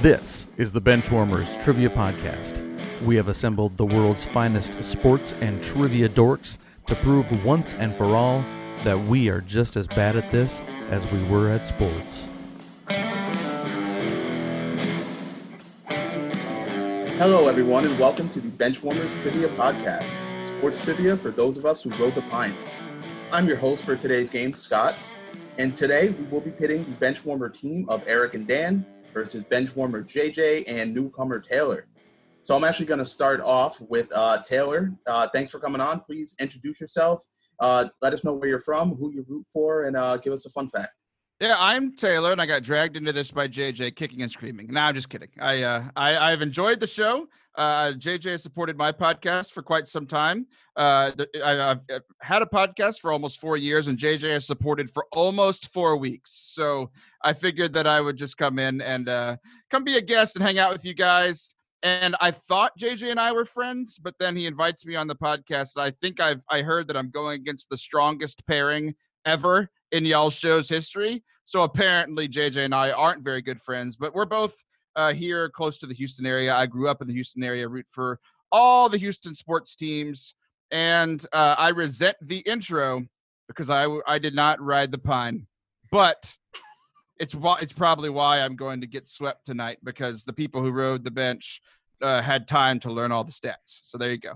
This is the Benchwarmers Trivia Podcast. We have assembled the world's finest sports and trivia dorks to prove once and for all that we are just as bad at this as we were at sports. Hello, everyone, and welcome to the Benchwarmers Trivia Podcast, sports trivia for those of us who rode the pine. I'm your host for today's game, Scott, and today we will be pitting the Benchwarmer team of Eric and Dan versus Benchwarmer JJ and newcomer Taylor. So I'm actually going to start off with uh, Taylor. Uh, thanks for coming on. Please introduce yourself. Uh, let us know where you're from, who you root for, and uh, give us a fun fact. Yeah, I'm Taylor, and I got dragged into this by JJ kicking and screaming. No, I'm just kidding. I, uh, I I've enjoyed the show. Uh, JJ has supported my podcast for quite some time. Uh, the, I, I've, I've had a podcast for almost four years, and JJ has supported for almost four weeks. So I figured that I would just come in and uh, come be a guest and hang out with you guys. And I thought JJ and I were friends, but then he invites me on the podcast. And I think I've I heard that I'm going against the strongest pairing ever in y'all's show's history. So apparently, JJ and I aren't very good friends, but we're both uh, here close to the Houston area. I grew up in the Houston area, root for all the Houston sports teams, and uh, I resent the intro because I w- I did not ride the pine, but. It's why it's probably why I'm going to get swept tonight because the people who rode the bench uh, had time to learn all the stats. So there you go.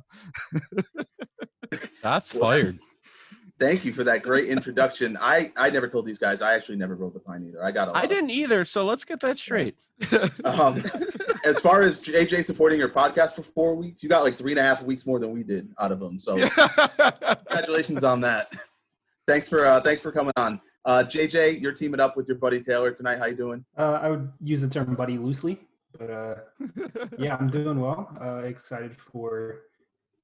That's Well, fired. Thank you for that great introduction. I, I never told these guys. I actually never rode the pine either. I got a lot I of- didn't either. So let's get that straight. Um, as far as JJ supporting your podcast for four weeks, you got like three and a half weeks more than we did out of them. So Oh. congratulations on that. Thanks for uh, thanks for coming on, uh, JJ. You're teaming up with your buddy Taylor tonight. How you doing? Uh, I would use the term buddy loosely, but uh, yeah, I'm doing well. Uh, excited for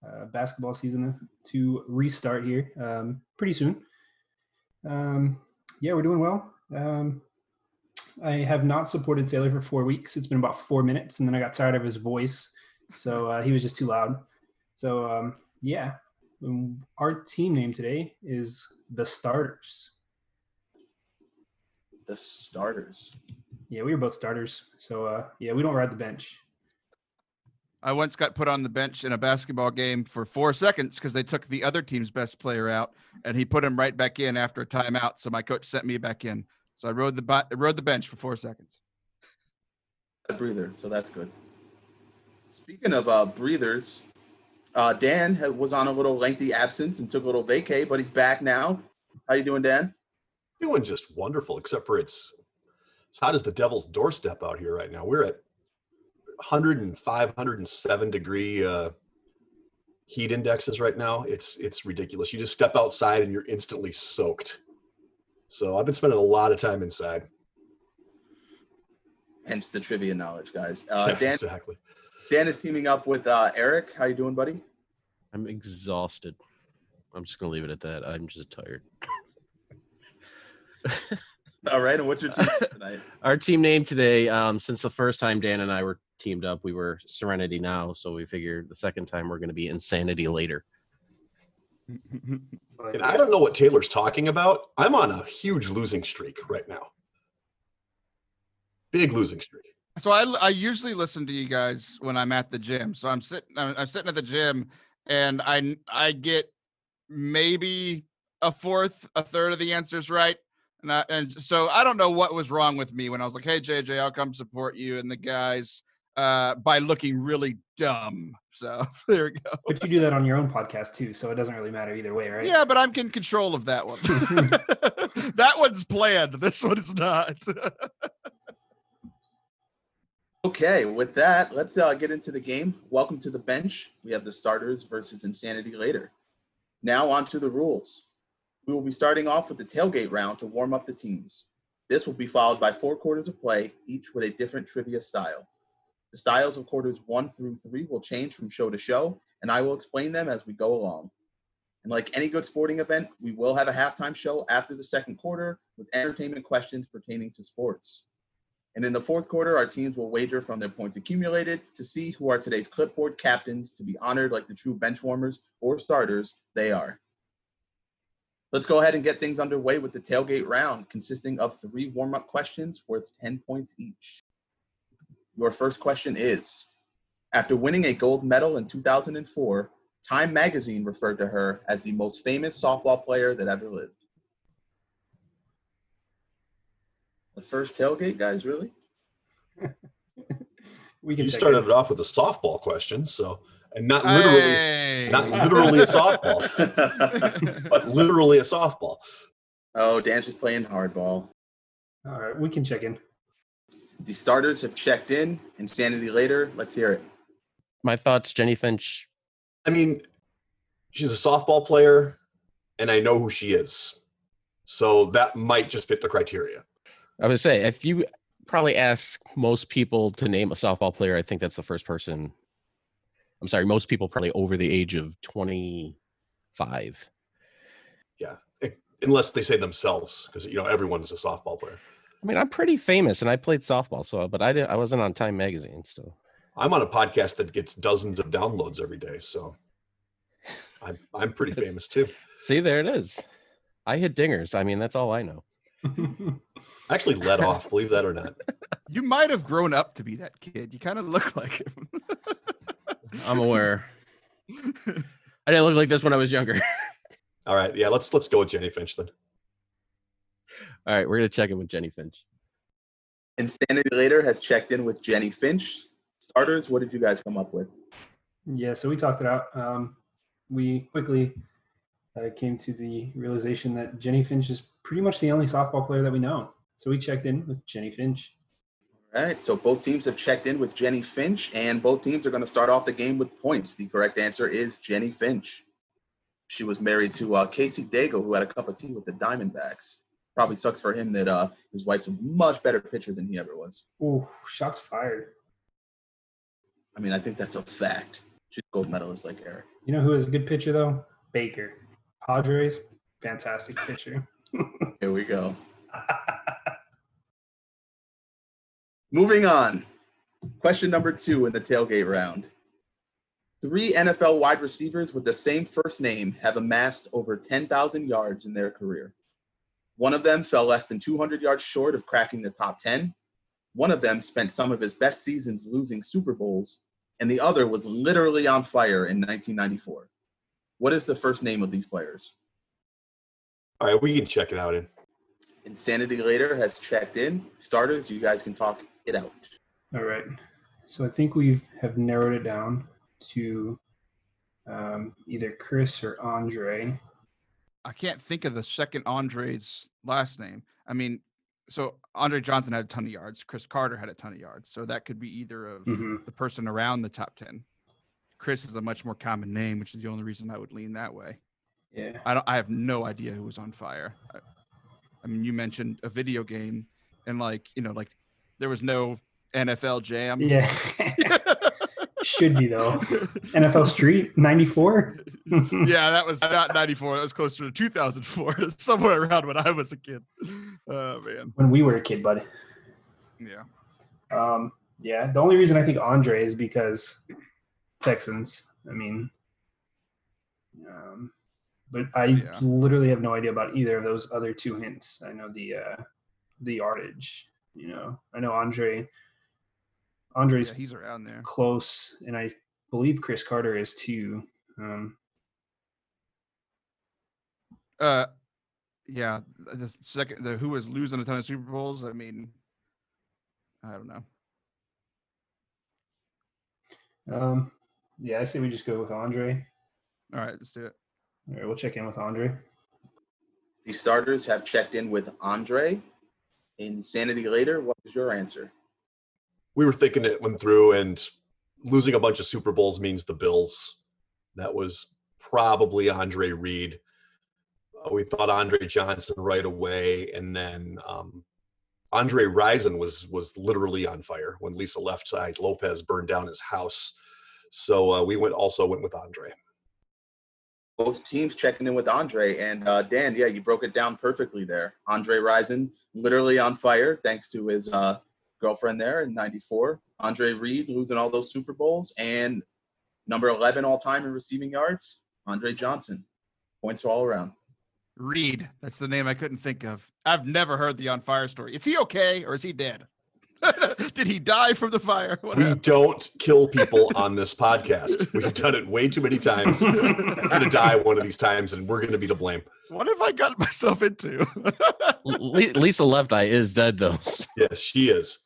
uh, basketball season to restart here um, pretty soon. Um, yeah, we're doing well. Um, I have not supported Taylor for four weeks. It's been about four minutes, and then I got tired of his voice, so uh, he was just too loud. So um, yeah, Um, our team name today is the Starters. The starters. Yeah, we were both starters, so uh, yeah, we don't ride the bench. I once got put on the bench in a basketball game for four seconds because they took the other team's best player out, and he put him right back in after a timeout. So my coach sent me back in. So I rode the bo- rode the bench for four seconds. A breather. So that's good. Speaking of uh, breathers, uh, Dan ha- was on a little lengthy absence and took a little vacay, but he's back now. How you doing, Dan? doing just wonderful except for it's as hot as the devil's doorstep out here right now we're at 105 107 degree uh heat indexes right now it's it's ridiculous you just step outside and you're instantly soaked so i've been spending a lot of time inside Hence the trivia knowledge, guys. Uh, Yeah, Dan exactly Dan is teaming up with uh, Eric. How you doing, buddy? I'm exhausted. I'm just gonna leave it at that. I'm just tired. All right, and what's your team tonight? Our team name today, um, since the first time Dan and I were teamed up, we were Serenity Now, so we figured the second time we're gonna be Insanity Later. But- uh, and i don't know what taylor's talking about i'm on a huge losing streak right now big losing streak So I, I usually listen to you guys when I'm at the gym. So I'm sitting I'm, I'm sitting at the gym, and I I get maybe a fourth, a third of the answers right. And, I, and so I don't know what was wrong with me when I was like, "Hey JJ, I'll come support you and the guys," uh, by looking really dumb. So there we go. But you do that on your own podcast too, so it doesn't really matter either way, right? Yeah, but I'm in control of that one. that one's planned. This one's not. Okay, with that, let's uh, get into the game. Welcome to the bench. We have the starters versus insanity later. Now, on to the rules. We will be starting off with the tailgate round to warm up the teams. This will be followed by four quarters of play, each with a different trivia style. The styles of quarters one through three will change from show to show, and I will explain them as we go along. And like any good sporting event, we will have a halftime show after the second quarter with entertainment questions pertaining to sports. And in the fourth quarter, our teams will wager from their points accumulated to see who are today's clipboard captains to be honored like the true bench warmers or starters they are. Let's go ahead and get things underway with the tailgate round, consisting of three warm up questions worth 10 points each. Your first question is After winning a gold medal in 2004, Time magazine referred to her as the most famous softball player that ever lived. The first tailgate, guys, really? We can You check started it. it off with a softball question, so and not literally, Hey. not literally a softball, but literally a softball. oh, Dan's just playing hardball. All right, we can check in. The starters have checked in. Insanity later. Let's hear it. My thoughts, Jenny Finch. I mean, she's a softball player, and I know who she is, so that might just fit the criteria. I would say if you probably ask most people to name a softball player, I think that's the first person. I'm sorry, most people probably over the age of 25. Unless they say themselves, because you know everyone's a softball player. I mean, I'm pretty famous, and I played softball, so but I didn't. I wasn't on Time Magazine, so I'm on a podcast that gets dozens of downloads every day, so I'm I'm pretty famous too. see, there it is. I hit dingers. I mean, that's all I know. I actually let off, believe that or not. You might have grown up to be that kid. You kind of look like him. I'm aware. I didn't look like this when I was younger. All right, yeah, let's let's go with Jenny Finch then. All right, we're gonna check in with Jenny Finch. Insanity later has checked in with Jenny Finch. Starters, what did you guys come up with? Yeah, so we talked it out. Um, we quickly uh, came to the realization that Jenny Finch is pretty much the only softball player that we know. So we checked in with Jenny Finch. All right, so both teams have checked in with Jenny Finch, and both teams are going to start off the game with points. The correct answer is Jenny Finch. She was married to uh, Casey Dago, who had a cup of tea with the Diamondbacks. Probably sucks for him that uh, his wife's a much better pitcher than he ever was. Oh, shots fired. I mean, I think that's a fact. She's a gold medalist like Eric. You know who is a good pitcher though? Baker. Padres, fantastic pitcher. Here we go. Moving on. Question number two in the tailgate round. Three NFL wide receivers with the same first name have amassed over 10,000 yards in their career. One of them fell less than 200 yards short of cracking the top 10. One of them spent some of his best seasons losing Super Bowls, and the other was literally on fire in 1994. What is the first name of these players? All right, we can check it out in. Insanity Later has checked in. Starters, you guys can talk it out. All right. So I think we have narrowed it down to um, either Chris or Andre. I can't think of the second Andre's last name. I mean, so Andre Johnson had a ton of yards. Chris Carter had a ton of yards. So that could be either of Mhm. the person around the top 10. Chris is a much more common name, which is the only reason I would lean that way. Yeah. I don't. I have no idea who was on fire. I, I mean, you mentioned a video game, and like you know, like there was no NFL Jam. Yeah. Should be though. NFL Street 94. yeah, that was not '94. That was closer to 2004, somewhere around when I was a kid. Oh man, When we were a kid, buddy. yeah. Um, yeah, the only reason I think Andre is because Texans. I mean, um, but I Yeah. literally have no idea about either of those other two hints. I know the uh, the yardage. You know, I know Andre. Andre's yeah, he's around there. close, and I believe Chris Carter is too. Um, Uh, yeah. The second, the who was losing a ton of Super Bowls. I mean, I don't know. um, yeah, I say we just go with Andre. All right, let's do it. All right, we'll check in with Andre. The starters have checked in with Andre. Insanity Later, what was your answer? We were thinking it went through, and losing a bunch of Super Bowls means the Bills. That was probably Andre Reed. Uh, we thought Andre Johnson right away, and then um, Andre Rison was was literally on fire when Lisa left side Lopez burned down his house. So uh, we went also went with Andre. Both teams checking in with Andre. And uh, Dan, yeah, you broke it down perfectly there. Andre Rison, literally on fire, thanks to his uh, girlfriend there in 94. Andre Reed losing all those Super Bowls. And number 11 all time in receiving yards, Andre Johnson. Points all around. Reed. That's the name I couldn't think of. I've never heard the on fire story. Is he okay or is he dead? Did he die from the fire? What We happened? don't kill people on this podcast. We've done it way too many times. I'm going to die one of these times and we're going to be to blame. What have I got myself into? L- Li- Lisa Left Eye is dead though. Yes, she is.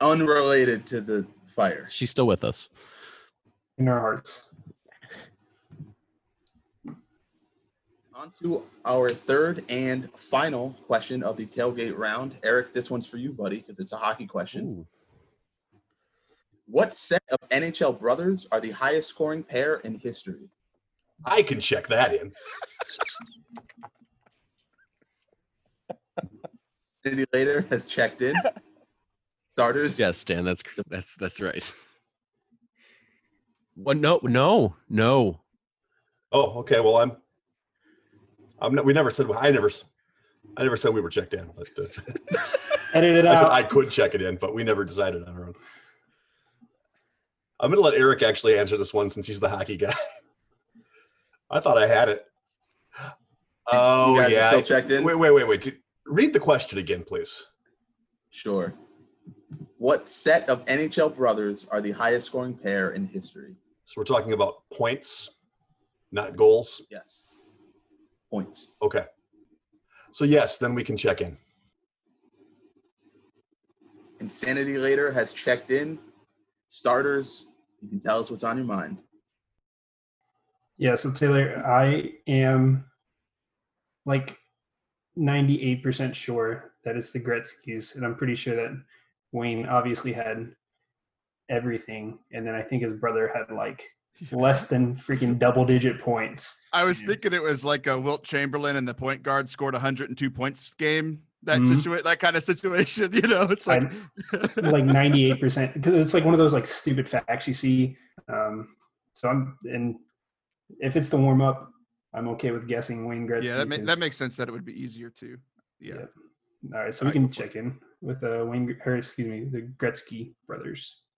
Unrelated to the fire. She's still with us. in our hearts. On to our third and final question of the tailgate round. Eric, this one's for you, buddy, because it's a hockey question. Ooh. What set of NHL brothers are the highest scoring pair in history? I can check that in. Sanity later has checked in. Starters, Yes, Dan, that's cr- that's that's right. What? No, no, no. Oh, okay. Well, I'm. I'm not, we never said I never. s- I never said we were checked in. But, uh, Edit it I said out. I could check it in, but we never decided on our own. I'm going to let Eric actually answer this one since he's the hockey guy. I thought I had it. you Oh guys are yeah. still checked in. Wait, wait, wait, wait. Did- Read the question again, please. Sure. What set of NHL brothers are the highest scoring pair in history? So we're talking about points, not goals. Yes. Points. Okay. So yes, then we can check in. Insanity later has checked in. Starters, you can tell us what's on your mind. Yeah, so Taylor, I am like 98% sure that it's the Gretzky's, and I'm pretty sure that Wayne obviously had everything, and then I think his brother had like less than freaking double digit points. I was Yeah. thinking it was like a Wilt Chamberlain and the point guard scored 102 points game. That Mhm. situa- that kind of situation, you know, it's I- like Like 98%, because it's like one of those like stupid facts you see. Um, so I'm, and if it's the warm up, I'm okay with guessing Wayne Gretzky. yeah, that, ma- that 'cause- makes sense that it would be easier too. Yeah. Yep. All right, so All right, go we can for it. check in with uh, Wayne, Gr- or excuse me, the Gretzky brothers.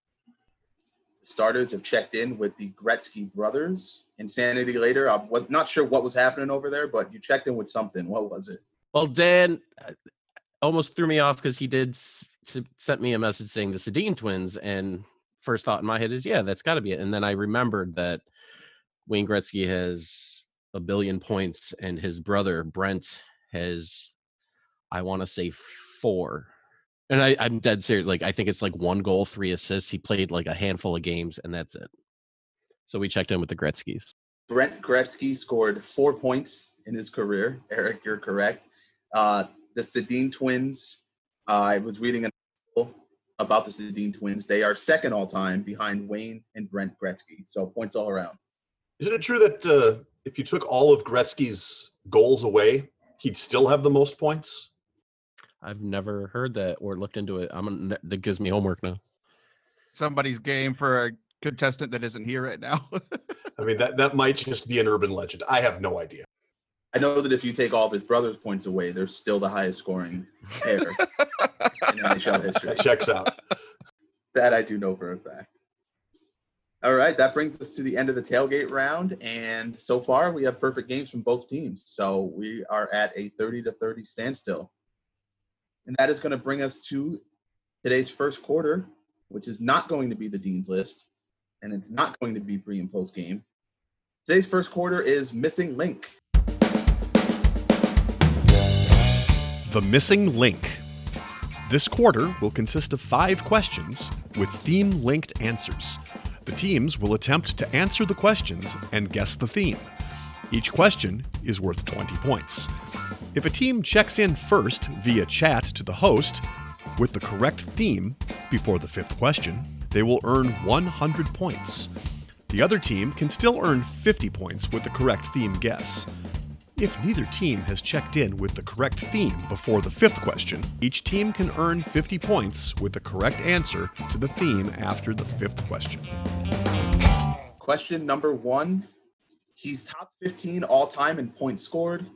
Starters have checked in with the Gretzky brothers. Insanity later, I'm wa- not sure what was happening over there, but you checked in with something. What was it? Well, Dan uh, almost threw me off because he did s- s- sent me a message saying the Sedin twins, and first thought in my head is, yeah, that's got to be it. And then I remembered that Wayne Gretzky has a billion points, and his brother Brent has, I want to say four. And I, I'm dead serious. Like I think it's like one goal, three assists. He played like a handful of games, and that's it. So we checked in with the Gretzky's. Brent Gretzky scored four points in his career. Eric, you're correct. Uh, the Sedin twins, uh, I was reading an article about the Sedin twins. They are second all time behind Wayne and Brent Gretzky. So points all around. Isn't it true that uh, if you took all of Gretzky's goals away, he'd still have the most points? I've never heard that or looked into it. I'm gonna- that gives me homework now. Somebody's game for a contestant that isn't here right now. I mean, that, that might just be an urban legend. I have no idea. I know that if you take all of his brother's points away, they're still the highest scoring pair in NHL history. That checks out. That I do know for a fact. All right, that brings us to the end of the tailgate round, and so far we have perfect games from both teams. So we are at a 30 to 30 standstill. And that is going to bring us to today's first quarter, which is not going to be the Dean's list, and it's not going to be pre and post game. Today's first quarter is Missing Link. The Missing Link. This quarter will consist of five questions with theme linked answers. The teams will attempt to answer the questions and guess the theme. Each question is worth 20 points. If a team checks in first via chat to the host with the correct theme before the fifth question, they will earn 100 points. The other team can still earn 50 points with the correct theme guess. If neither team has checked in with the correct theme before the fifth question, each team can earn 50 points with the correct answer to the theme after the fifth question. Question number one. He's top 15 all time in points scored,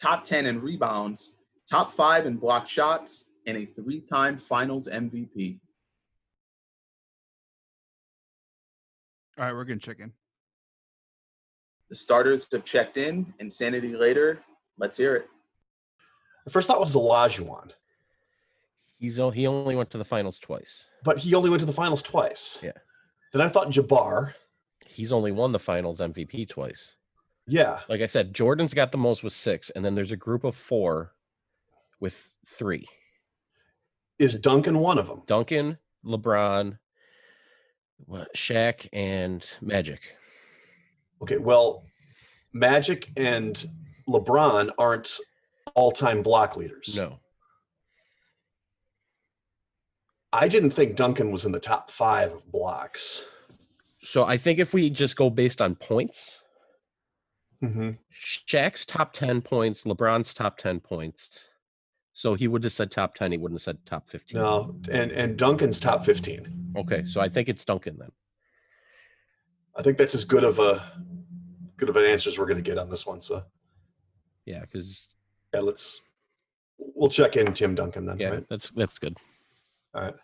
top 10 in rebounds, top five in block shots, and a three time finals MVP. All right, we're gonna check in. The starters have checked in. Insanity later. Let's hear it. The first thought was Olajuwon. He's o- he only went to the finals twice. But he only went to the finals twice. Yeah. Then I thought Jabbar. He's only won the finals MVP twice. Yeah. Like I said, Jordan's got the most with six, and then there's a group of four with three. Is Duncan one of them? Duncan, LeBron, what, Shaq, and Magic. Okay. Well, Magic and LeBron aren't all-time block leaders. No. I didn't think Duncan was in the top five of blocks. So I think if we just go based on points, Mm-hmm. Shaq's top 10 points, LeBron's top 10 points. So he would have said top 10. He wouldn't have said top 15. No, and and Duncan's top fifteen. Okay. So I think it's Duncan then. I think that's as good of a good of an answer as we're going to get on this one. So Yeah. Cause yeah, let's we'll check in Tim Duncan then. yeah, Right? that's, that's good. All right.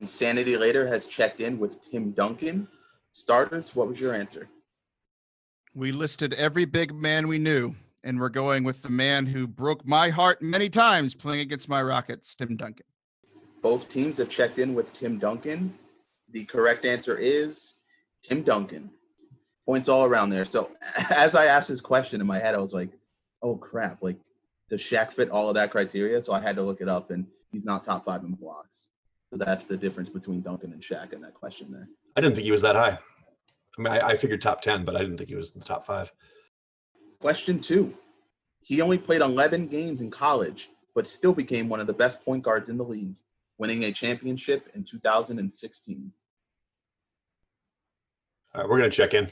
Insanity Later has checked in with Tim Duncan. Starters, what was your answer? We listed every big man we knew, and we're going with the man who broke my heart many times playing against my Rockets, Tim Duncan. Both teams have checked in with Tim Duncan. The correct answer is Tim Duncan. Points all around there. So as I asked this question in my head, I was like, oh crap, like does Shaq fit all of that criteria? So I had to look it up and he's not top five in blocks. So that's the difference between Duncan and Shaq in that question there. I didn't think he was that high. I mean, I, I figured top ten, but I didn't think he was in the top five. Question two. He only played 11 games in college, but still became one of the best point guards in the league, winning a championship in 2016. All right, we're going to check in.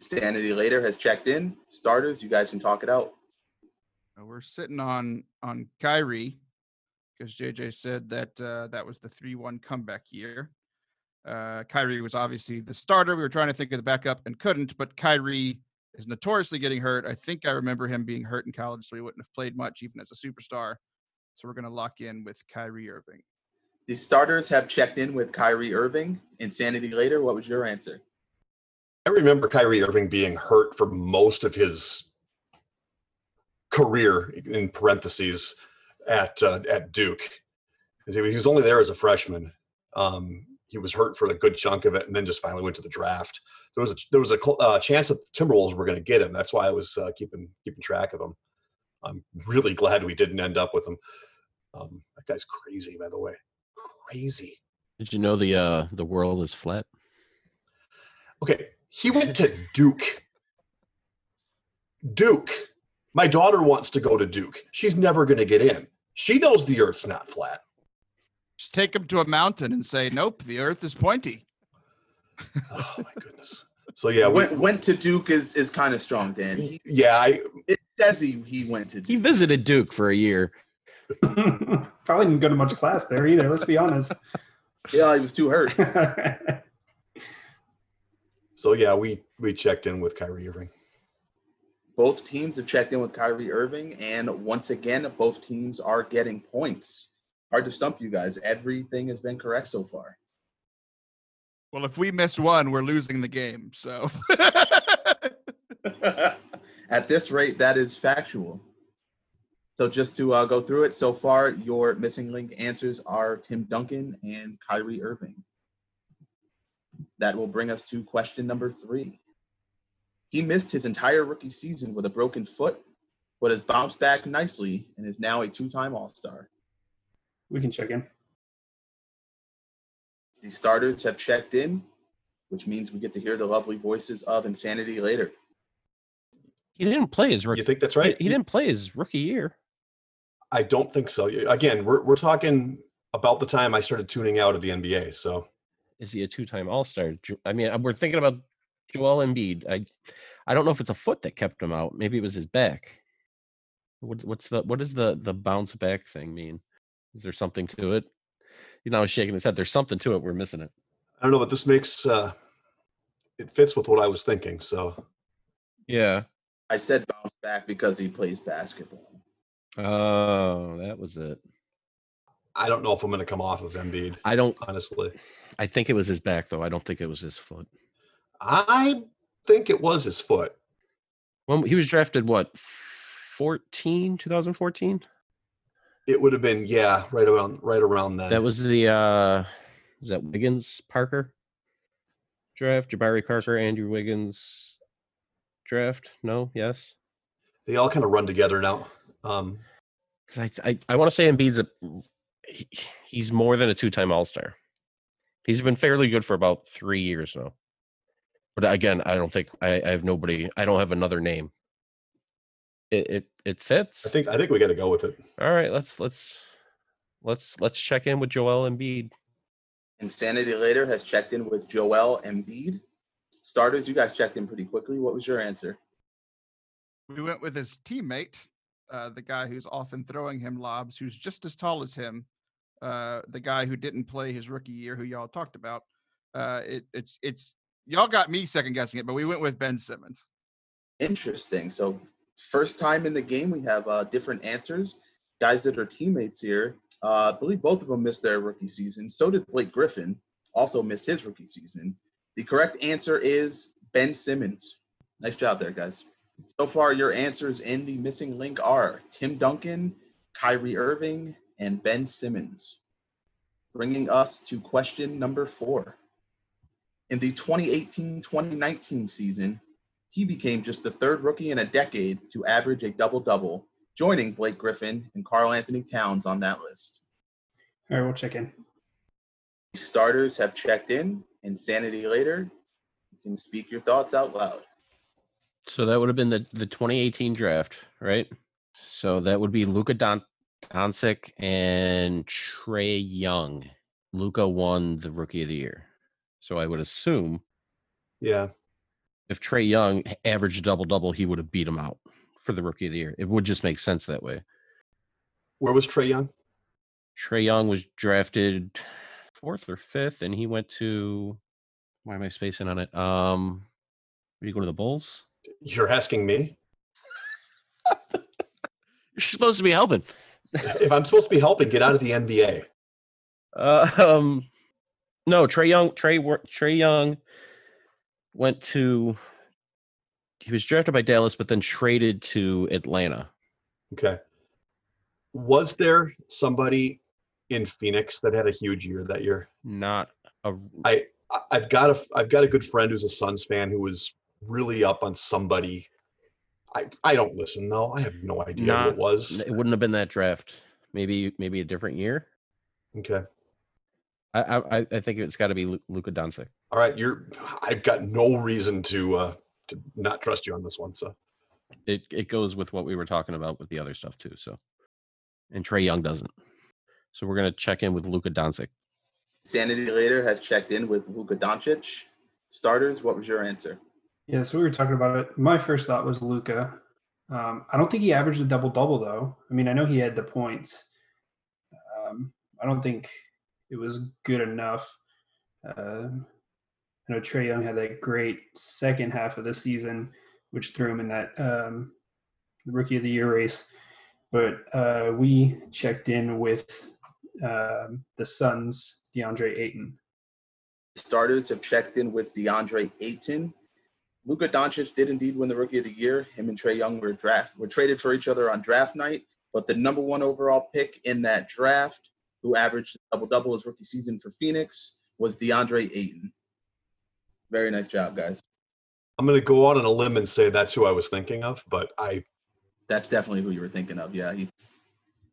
Sanity Later has checked in. Starters, you guys can talk it out. Uh, We're sitting on on Kyrie because JJ said that uh, that was the three one comeback year. Uh, Kyrie was obviously the starter. We were trying to think of the backup and couldn't, but Kyrie is notoriously getting hurt. I think I remember him being hurt in college, so he wouldn't have played much even as a superstar. So we're going to lock in with Kyrie Irving. The starters have checked in with Kyrie Irving. Insanity Later, what was your answer? I remember Kyrie Irving being hurt for most of his career in parentheses at uh, at Duke. 'Cause He was he was only there as a freshman. Um, he was hurt for a good chunk of it, and then just finally went to the draft. There was a, there was a cl- uh, chance that the Timberwolves were going to get him. That's why I was uh, keeping keeping track of him. I'm really glad we didn't end up with him. Um, that guy's crazy, by the way, crazy. Did you know the, uh, the world is flat? Okay, he went to Duke. Duke. My daughter wants to go to Duke. She's never going to get in. She knows the earth's not flat. Just take him to a mountain and say, "Nope, the Earth is pointy." Oh my goodness. So yeah, we, Went, went to Duke is, is kind of strong, Dan. He yeah, I says he, he went to He Duke. visited Duke for a year. Probably didn't go to much class there either. Let's be honest. Yeah, he was too hurt. so yeah, we we checked in with Kyrie Irving. Both teams have checked in with Kyrie Irving, and once again, both teams are getting points. Hard to stump you guys. Everything has been correct so far. Well, if we miss one, we're losing the game. So At this rate, that is factual. So, just to uh, go through it, so far, your missing link answers are Tim Duncan and Kyrie Irving. That will bring us to question number three. He missed his entire rookie season with a broken foot, but has bounced back nicely and is now a two time All Star. we can check in. The starters have checked in, which means we get to hear the lovely voices of Insanity later. He didn't play his You rookie. think that's He, right? he didn't play his rookie year. I don't think so. You- Again, we're we're talking about the time I started tuning out of the NBA. So Is he a two-time All-Star? Ju- I mean, uh, we're thinking about Joel Embiid. I, I don't know if it's a foot that kept him out. Maybe it was his back. What, what's the what does the the bounce back thing mean? Is there something to it? You know, he's shaking his head. There's something to it. We're missing it. I don't know, but this makes uh, it fits with what I was thinking. So Yeah. I said bounce back because he plays basketball. Oh, that was it. I don't know if I'm going to come off of Embiid. I don't. Honestly, I think it was his back though. I don't think it was his foot. I think it was his foot. When he was drafted, what? 14, 2014? It would have been yeah, right around right around then. That was the uh was that Wiggins Parker draft, Jabari Parker, Andrew Wiggins draft. No, yes. they all kind of run together now. Um, 'Cause I I, I want to say Embiid's a he- he's more than a two-time All-Star. He's been fairly good for about three years now. But again, I don't think I, I have nobody. I don't have another name. It it it fits. I think I think we got to go with it. All right, let's let's let's let's check in with Joel Embiid. Insanity later has checked in with Joel Embiid. Starters, you guys checked in pretty quickly. What was your answer? We went with his teammate, uh, the guy who's often throwing him lobs, who's just as tall as him, uh, the guy who didn't play his rookie year, who y'all talked about. Uh, it, it's it's y'all got me second guessing it, but we went with Ben Simmons. Interesting. So, first time in the game, we have uh, different answers. Guys that are teammates here, uh, I believe both of them missed their rookie season. So did Blake Griffin, also missed his rookie season. The correct answer is Ben Simmons. Nice job there, guys. So far, your answers in the missing link are Tim Duncan, Kyrie Irving, and Ben Simmons. Bringing us to question number four. In the 2018 2019 season, he became just the third rookie in a decade to average a double double, joining Blake Griffin and Carl Anthony Towns on that list. All right, we'll check in. Starters have checked in. Insanity later. You can speak your thoughts out loud. So that would have been the, the 2018 draft, right? So that would be Luka Don- Doncic and Trey Young. Luka won the Rookie of the Year. So I would assume Yeah, if Trey Young h- averaged a double double, he would have beat him out for the Rookie of the Year. It would just make sense that way. where was Trey Young? Trey Young was drafted fourth or fifth, and he went to. Why am I spacing on it? Um, did he go to the Bulls? You're asking me You're supposed to be helping. if I'm supposed to be helping get out of the NBA. Uh, um, no, Trey Young. Trey wor- Trey Young went to. He was drafted by Dallas, but then traded to Atlanta. Okay. Was there somebody in Phoenix that had a huge year that year? Not a. I I- I've got a f- I've got a good friend who's a Suns fan who was really up on somebody. I I don't listen though. I have no idea who Not- it was. It wouldn't have been that draft. Maybe maybe a different year. Okay. I I, I- I think it's got to be Lu- Luka Doncic. All right. You're. I've got no reason to uh to not trust you on this one. So It it goes with what we were talking about with the other stuff too. So, and Trey Young doesn't. So we're gonna check in with Luka Doncic. Insanity later has checked in with Luka Doncic. Starters, what was your answer? Yeah, so we were talking about it. My first thought was Luca. Um, I don't think he averaged a double double though. I mean, I know he had the points. Um, I don't think it was good enough. Um I know Trey Young had that great second half of the season, which threw him in that um, rookie of the year race. But uh, we checked in with um, the Suns, DeAndre Ayton. Starters have checked in with DeAndre Ayton. Luka Doncic did indeed win the Rookie of the Year. Him and Trey Young were draft were traded for each other on draft night, but the number one overall pick in that draft, who averaged double double his rookie season for Phoenix, was DeAndre Ayton. Very nice job, guys. I'm gonna go out on a limb and say that's who I was thinking of, but I That's definitely who you were thinking of. Yeah, he's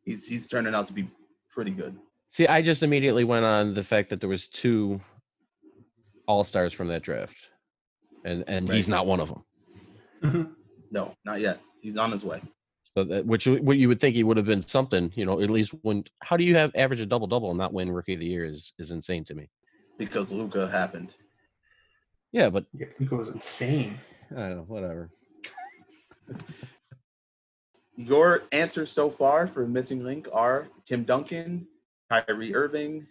he's he's turning out to be pretty good. See, I just immediately went on the fact that there was two all stars from that draft, and and he's Right. not one of them. No, not yet. He's on his way. So that, which you- what you would think he would have been something, you know, at least when. How do you have average a double double and not win rookie of the year is is insane to me. Because Luka happened. Yeah, but Yeah, Luca was insane. I don't know, whatever. Your answers so far for the missing link are Tim Duncan, Kyrie Irving,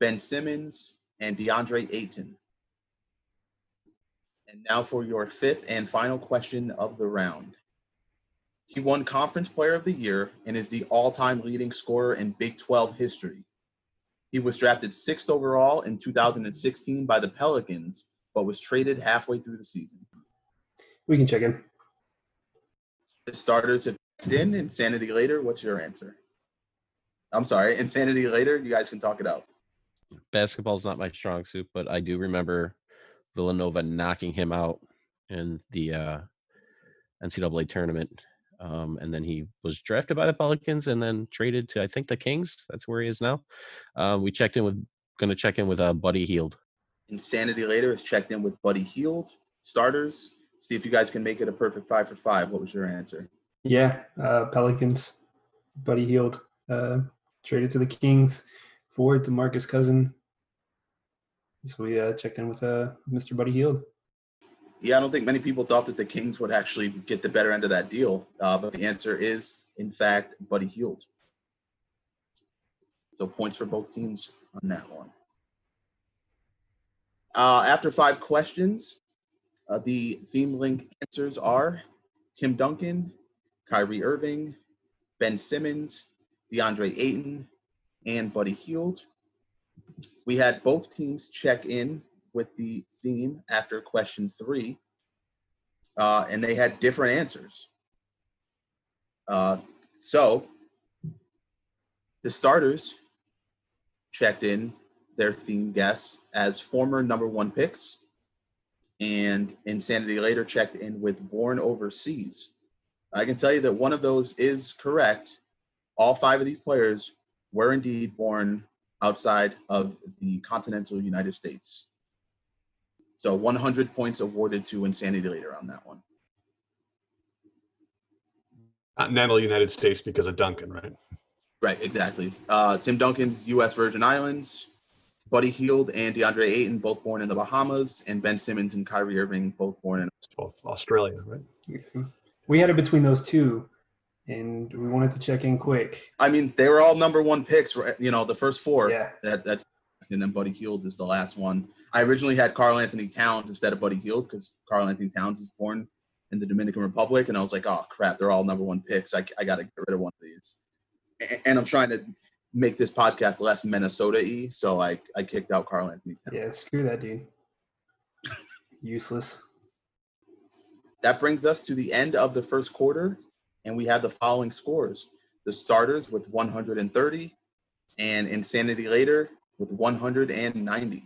Ben Simmons, and DeAndre Ayton. And now for your fifth and final question of the round. He won Conference Player of the Year and is the all time leading scorer in Big 12 history. He was drafted sixth overall in 2016 by the Pelicans, but was traded halfway through the season. We can check in. The starters have checked in. Insanity later, what's your answer? I'm sorry, insanity later. You guys can talk it out. Basketball's not my strong suit, but I do remember Villanova knocking him out in the uh, NCAA tournament. Um, and then he was drafted by the Pelicans and then traded to, I think, the Kings. That's where he is now. Uh, we checked in with, going to check in with uh, Buddy Heald. Insanity later is checked in with Buddy Heald. Starters, see if you guys can make it a perfect five for five. What was your answer? Yeah, uh, Pelicans. Buddy Healed uh, traded to the Kings for Demarcus Cousin. So we uh, checked in with uh, Mr. Buddy Healed. Yeah, I don't think many people thought that the Kings would actually get the better end of that deal, uh, but the answer is, in fact, Buddy Healed. So points for both teams on that one. Uh, after five questions, uh, the theme link answers are Tim Duncan, Kyrie Irving, Ben Simmons, DeAndre Ayton, and Buddy Heald. We had both teams check in with the theme after question three, uh, and they had different answers. Uh, so the starters checked in their theme guests as former number one picks, and Insanity later checked in with Born Overseas. I can tell you that one of those is correct. All five of these players were indeed born outside of the continental United States. So 100 points awarded to Insanity Later on that one. Continental United States because of Duncan, right? Right, exactly. Uh, Tim Duncan's U.S. Virgin Islands, Buddy Heald and DeAndre Ayton, both born in the Bahamas, and Ben Simmons and Kyrie Irving, both born in. Both Australia, right? We had it between those two, and we wanted to check in quick. I mean, they were all number one picks, right? You know, the first four. Yeah. That that's and then Buddy Heald is the last one. I originally had Carl Anthony Towns instead of Buddy Heald because Carl Anthony Towns is born in the Dominican Republic, and I was like, oh crap, they're all number one picks. I I got to get rid of one of these, A- and I'm trying to make this podcast less Minnesota-y, so I I kicked out Carl Anthony Towns. Yeah, screw that dude. Useless. That brings us to the end of the first quarter, and we have the following scores. The starters with 130 and Insanity Later with 190,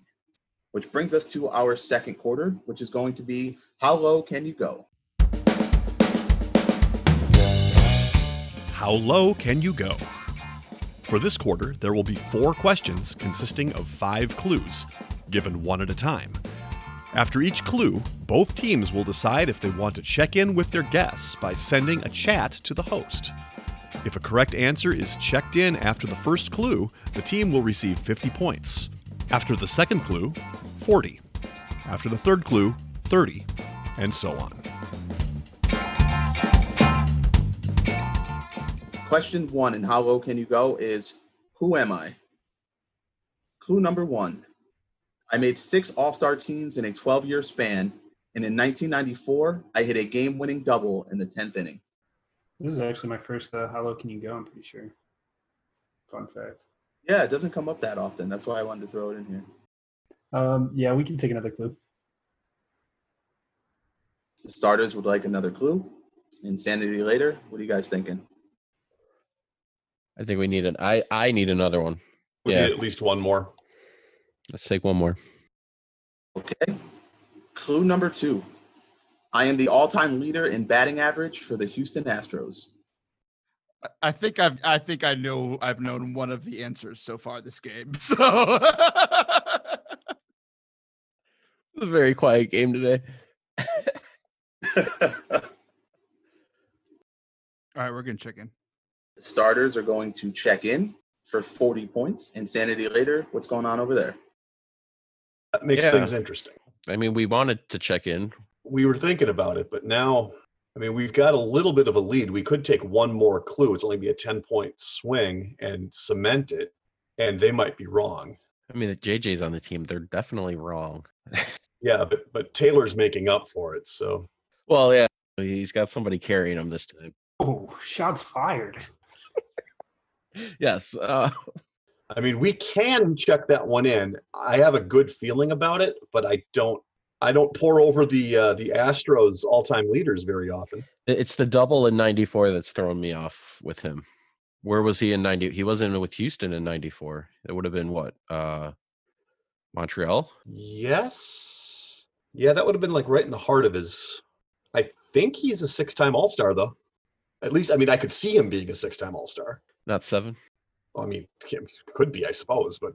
which brings us to our second quarter, which is going to be How Low Can You Go? How low can you go? For this quarter, there will be four questions consisting of five clues, given one at a time. After each clue, both teams will decide if they want to check in with their guests by sending a chat to the host. If a correct answer is checked in after the first clue, the team will receive 50 points. After the second clue, 40. After the third clue, 30. And so on. Question one and How Low Can You Go is Who Am I? Clue number one I made six All Star teams in a 12 year span, and in 1994, I hit a game winning double in the 10th inning. This is actually my first uh, How Low Can You Go, I'm pretty sure. Fun fact. Yeah, it doesn't come up that often. That's why I wanted to throw it in here. Um, yeah, we can take another clue. The starters would like another clue. Insanity later. What are you guys thinking? I think we need an. I I need another one. We Yeah. need at least one more. Let's take one more. Okay. Clue number two. I am the all time leader in batting average for the Houston Astros. I- I think I've I think I know I've known one of the answers so far this game. So It was a very quiet game today. All right, we're gonna check in. Starters are going to check in for 40 points. Insanity later. What's going on over there? That makes Yeah. things interesting. I mean, we wanted to check in. We were thinking about it, but now, I mean, we've got a little bit of a lead. We could take one more clue. It's only be a 10 point swing and cement it, and they might be wrong. I mean, if JJ's on the team, they're definitely wrong. Yeah, but, but Taylor's making up for it. So Well, yeah, he's got somebody carrying him this time. Oh, shots fired. Yes. Uh, I mean, we can check that one in. I have a good feeling about it, but I don't. I don't pour over the uh, the Astros all time leaders very often. it's the double in '94 that's throwing me off with him. Where was he in ninety? He wasn't with Houston in ninety four. It would have been what? Uh, Montreal. Yes. Yeah, that would have been like right in the heart of his. I think he's a six time All Star, though. At least, I mean, I could see him being a six time All Star. Not seven. Well, I mean, can't- could be, I suppose, but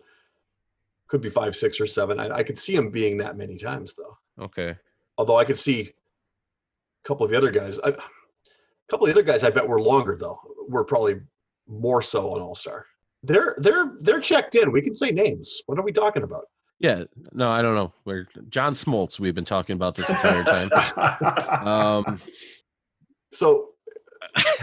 could be five, six, or seven. I, I could see him being that many times, though. Okay. Although I could see a couple of the other guys. I, a couple of the other guys, I bet were longer though. Were probably more so on All Star. They're they're they're checked in. We can say names. What are we talking about? Yeah. No, I don't know. Where John Smoltz? We've been talking about this entire time. um, So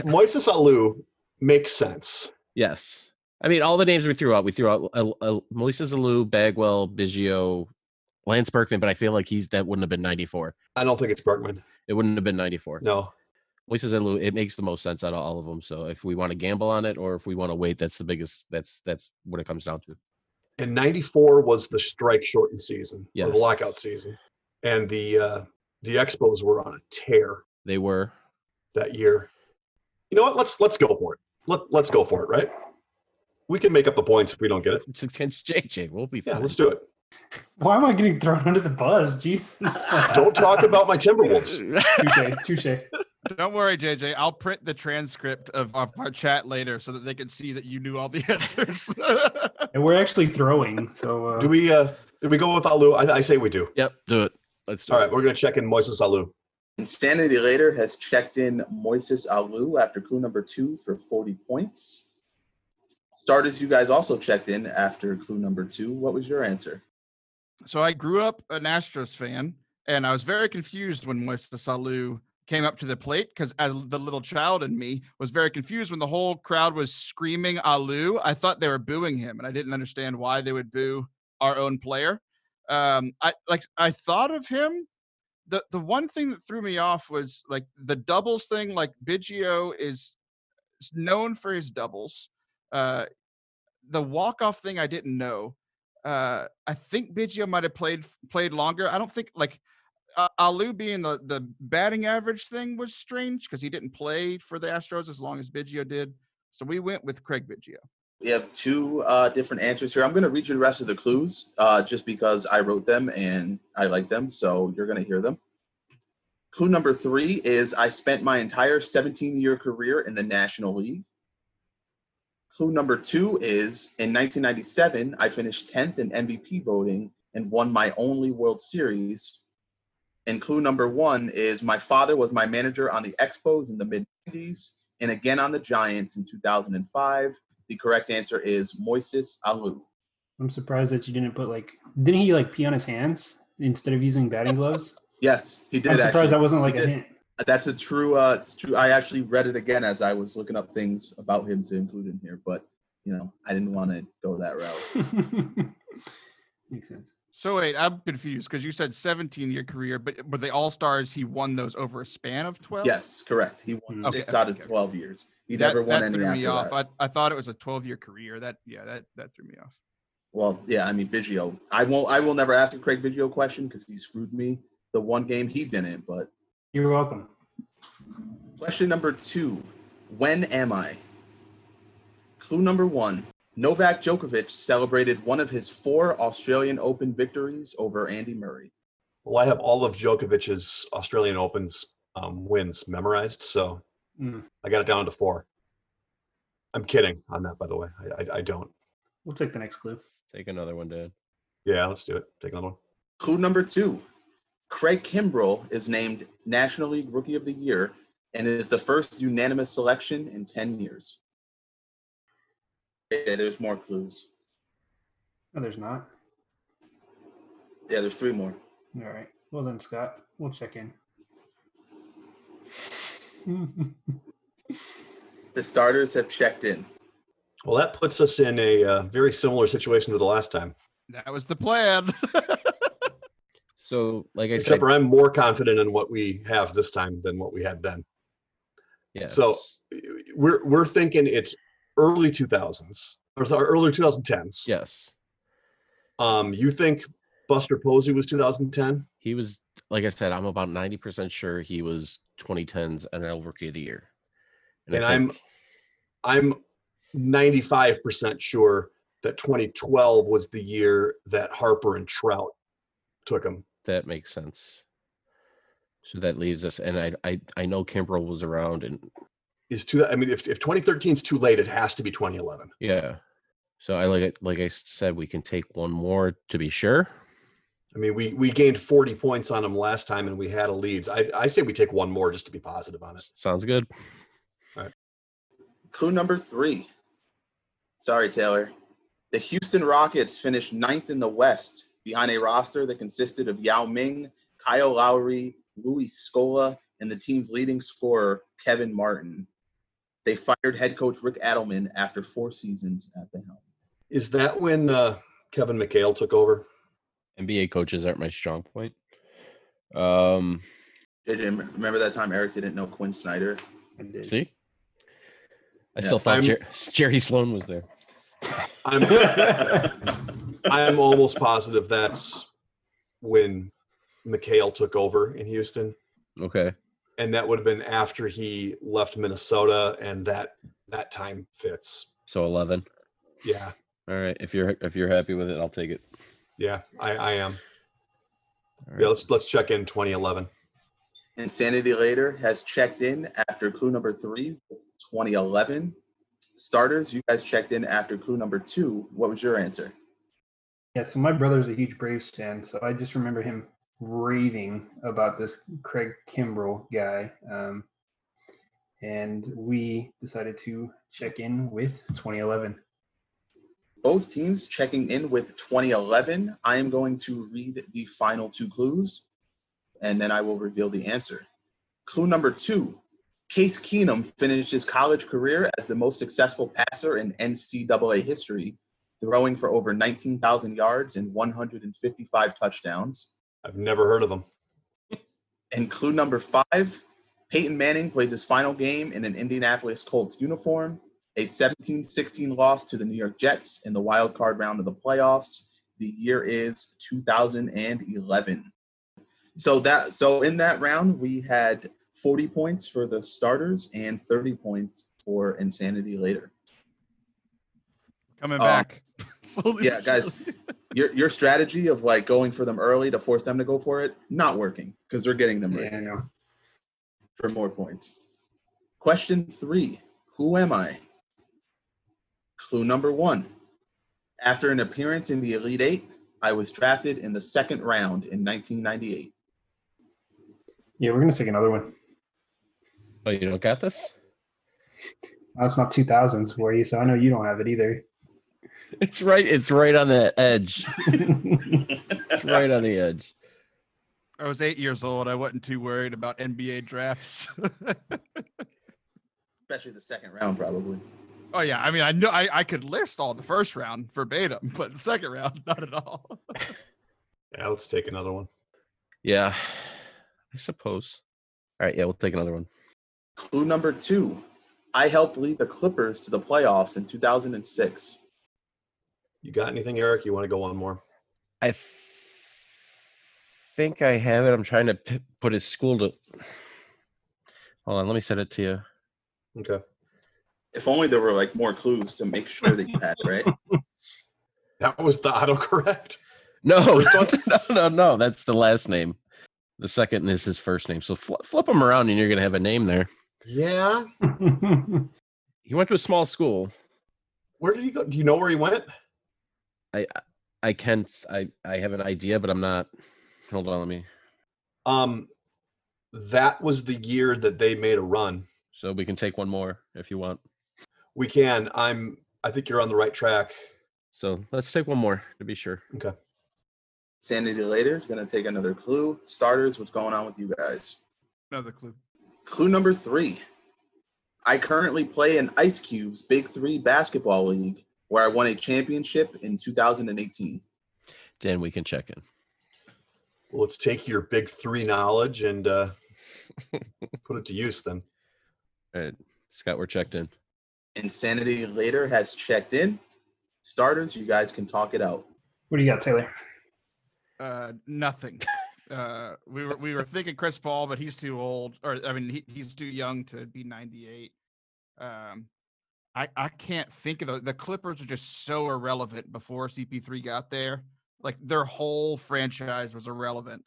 Moises Alou makes sense. yes. I mean, all the names we threw out. We threw out uh, uh, Melissa Zalou, Bagwell, Biggio, Lance Berkman. But I feel like he's that wouldn't have been ninety four. I don't think it's Bergman. It wouldn't have been ninety four. No. Moises Alou, it makes the most sense out of all of them. So if we want to gamble on it or if we want to wait, that's the biggest. That's that's what it comes down to. And '94 was the strike shortened season, or Yes. the lockout season, and the uh, the Expos were on a tear They were that year. You know what? Let's let's go for it. Let let's go for it. Right? We can make up the points if we don't get it. it's against JJ. We'll be Yeah, fine. let's do it. Why am I getting thrown under the bus? Jesus. Don't talk about my Timberwolves. Touche. Touche. Don't worry, JJ. I'll print the transcript of our, our chat later so that they can see that you knew all the answers. And we're actually throwing. So uh, Do we uh do we go with Alou? I, I say we do. yep, do it. Let's do All it. right, we're gonna check in Moises Alou. Insanity later has checked in Moises Alou after clue number two for 40 points. Starters, you guys also checked in after clue number two. What was your answer? so I grew up an Astros fan, and I was very confused when Moises Alou came up to the plate because as the little child in me was very confused when the whole crowd was screaming Alou. I thought they were booing him, and I didn't understand why they would boo our own player. Um, I like I thought of him. The the one thing that threw me off was like the doubles thing. Like Biggio is s- known for his doubles. Uh, the walk off thing I didn't know uh, I think Biggio might have played played longer. I don't think like uh, Alou being the the batting average thing was strange because he didn't play for the Astros as long as Biggio did. So we went with Craig Biggio. We have two uh, different answers here. I'm going to read you the rest of the clues uh, just because I wrote them and I like them, so you're going to hear them. Clue number three is I spent my entire 17 year career in the National League. Clue number two is in 1997, I finished 10th in MVP voting and won my only World Series. And clue number one is my father was my manager on the Expos in the mid 90s and again on the Giants in 2005. The correct answer is Moises Alou. I'm surprised that you didn't put like, didn't he like pee on his hands instead of using batting gloves? Yes, he did. I'm surprised actually. that wasn't like He a did. hint. That's a true. Uh, it's true. I actually read it again as I was looking up things about him to include in here, but you know, I didn't want to go that route. Makes sense. So wait, I'm confused because you said 17 year career, but were they all stars? He won those over a span of 12. Yes, correct. He won Hmm. Okay, six out of okay, okay. twelve years. He that, never won that any threw me after off. that. I, I thought it was a 12 year career. That yeah, that that threw me off. Well, yeah, I mean Biggio. I won't. I will never ask a Craig Biggio question because he screwed me the one game he didn't. But You're welcome. question number two: When am I? Clue number one: Novak Djokovic celebrated one of his four Australian Open victories over Andy Murray. Well, I have all of Djokovic's Australian Opens um, wins memorized, so Mm. I got it down to four. I'm kidding on that, by the way. I, I, I don't. We'll take the next clue. Take another one, Dan. Yeah, let's do it. Take another one. Clue number two Craig Kimbrell is named National League Rookie of the Year and is the first unanimous selection in 10 years. Yeah, there's more clues. No, there's not. Yeah, there's three more. All right. Well then, Scott, we'll check in. The starters have checked in. Well, that puts us in a uh, very similar situation to the last time, That was the plan. So, like I except said, for I'm more confident in what we have this time than what we had then. yeah. so- We're we're thinking it's early 2000s or sorry, early 2010s. yes, Um, you think Buster Posey was 2010? he was. Like I said, I'm about ninety percent sure he was 2010's NL Rookie of the Year. I And I'm- think- I'm 95% sure that 2012 was the year that Harper and Trout took him. That makes sense. So that leaves us, and I I, I know Kimbrel was around, and Is too, I mean, if, if 2013 is too late, it has to be 2011. yeah. So I like it. Like I s- said, we can take one more to be sure. I mean, we, we gained 40 points on him last time and we had a lead. I, I say we take one more just to be positive on it. Sounds good. Clue number three. Sorry, Taylor. The Houston Rockets finished ninth in the West behind a roster that consisted of Yao Ming, Kyle Lowry, Luis Scola, and the team's leading scorer, Kevin Martin. They fired head coach Rick Adelman after four seasons at the helm. Is that when uh, Kevin McHale took over? NBA coaches aren't my strong point. Um, Did you remember that time Eric didn't know Quinn Snyder? I did. see, I Yeah, still thought I'm- Jer- Jerry Sloan was there. I'm, I'm almost positive that's when McHale took over in Houston. Okay, And that would have been after he left Minnesota and that that time fits. so eleven. Yeah. All right, if you're if you're happy with it, I'll take it. Yeah. I, I am. All Yeah, right. let's let's check in 2011. Insanity Later has checked in after clue number three, 2011. Starters, you guys checked in after clue number two. What was your answer? Yeah, so my brother's a huge Braves fan, so I just remember him raving about this Craig Kimbrell guy. Um, and we decided to check in with 2011. both teams checking in with 2011. I am going to read the final two clues and then I will reveal the answer. Clue number two Case Keenum finished his college career as the most successful passer in NCAA history, throwing for over 19,000 yards and 155 touchdowns. I've never heard of him. And clue number five Peyton Manning plays his final game in an Indianapolis Colts uniform, a 17 16 loss to the New York Jets in the wild card round of the playoffs. The year is 2011. So that so in that round we had 40 points for the starters and 30 points for insanity later. Coming Uh, back. Slowly Yeah, but guys, surely. your your strategy of like going for them early to force them to go for it not working because they're getting them right. Yeah, I know. for more points. Question three Who am I? Clue number one. After an appearance in the Elite Eight, I was drafted in the second round in 1998. Yeah, we're going to take another one. Oh, you don't got this? That's not 2000s for you, so I know you don't have it either. It's right. It's right on the edge. It's right on the edge. I was eight years old. I wasn't too worried about NBA drafts. Especially the second round, probably. oh yeah, I mean, I know I, I could list all the first round verbatim, but the second round, not at all. Yeah, let's take another one. Yeah, I suppose. All right. Yeah, we'll take another one. Clue number two. I helped lead the Clippers to the playoffs in 2006. You got anything, Eric? You want to go one more? I th- think I have it. I'm trying to p- put his school to. Hold on, let me send it to you. Okay. If only there were like more clues to make sure that you had, right? That was the autocorrect. No, don't- no, no, no. That's the last name. The second is his first name. So fl- flip him around, and you're gonna have a name there. Yeah. He went to a small school. Where did he go? Do you know where he went? I, I- I can, s- I, I have an idea, but I'm not. Hold on, let me. Um, that was the year that they made a run. So we can take one more if you want. We can. I'm. I think you're on the right track. So let's take one more to be sure. Sanity later is going to take another clue. Starters, what's going on with you guys? Another clue. Clue number three. I currently play in Ice Cube's Big Three Basketball League, where I won a championship in 2018. Dan, we can check in. Well, let's take your big three knowledge and uh, put it to use. Then All right, Scott, we're checked in. Insanity later has checked in. Starters, you guys can talk it out. what do you got, Taylor? Uh, nothing. Uh, we were we were thinking Chris Paul, but he's too old, or I mean, he, he's too young to be ninety eight. Um, I, I can't think of the, the Clippers are just so irrelevant before CP3 got there. Like their whole franchise was irrelevant.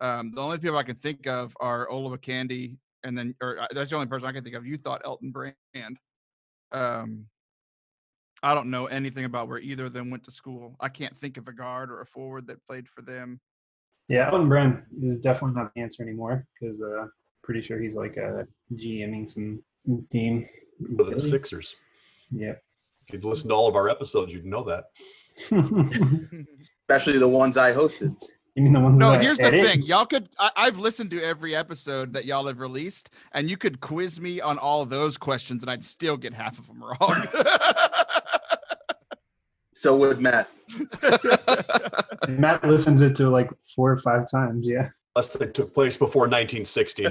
Um, the only people I can think of are Ola Candy, and then or uh, that's the only person I can think of. You thought Elton Brand. Um, I don't know anything about where either of them went to school. I can't think of a guard or a forward that played for them. Yeah, Alan Brand is definitely not the answer anymore because uh, pretty sure he's like uh, GMing some team. For the Sixers. Yep. If you'd listened to all of our episodes, you'd know that. you especially the ones I hosted. mean the ones? No, that I here's the edit? thing. Y'all could I, I've listened to every episode that y'all have released, and you could quiz me on all of those questions, and I'd still get half of them wrong. So would Matt. Matt listens it to like four or five times. Yeah. Unless they took place before 1960.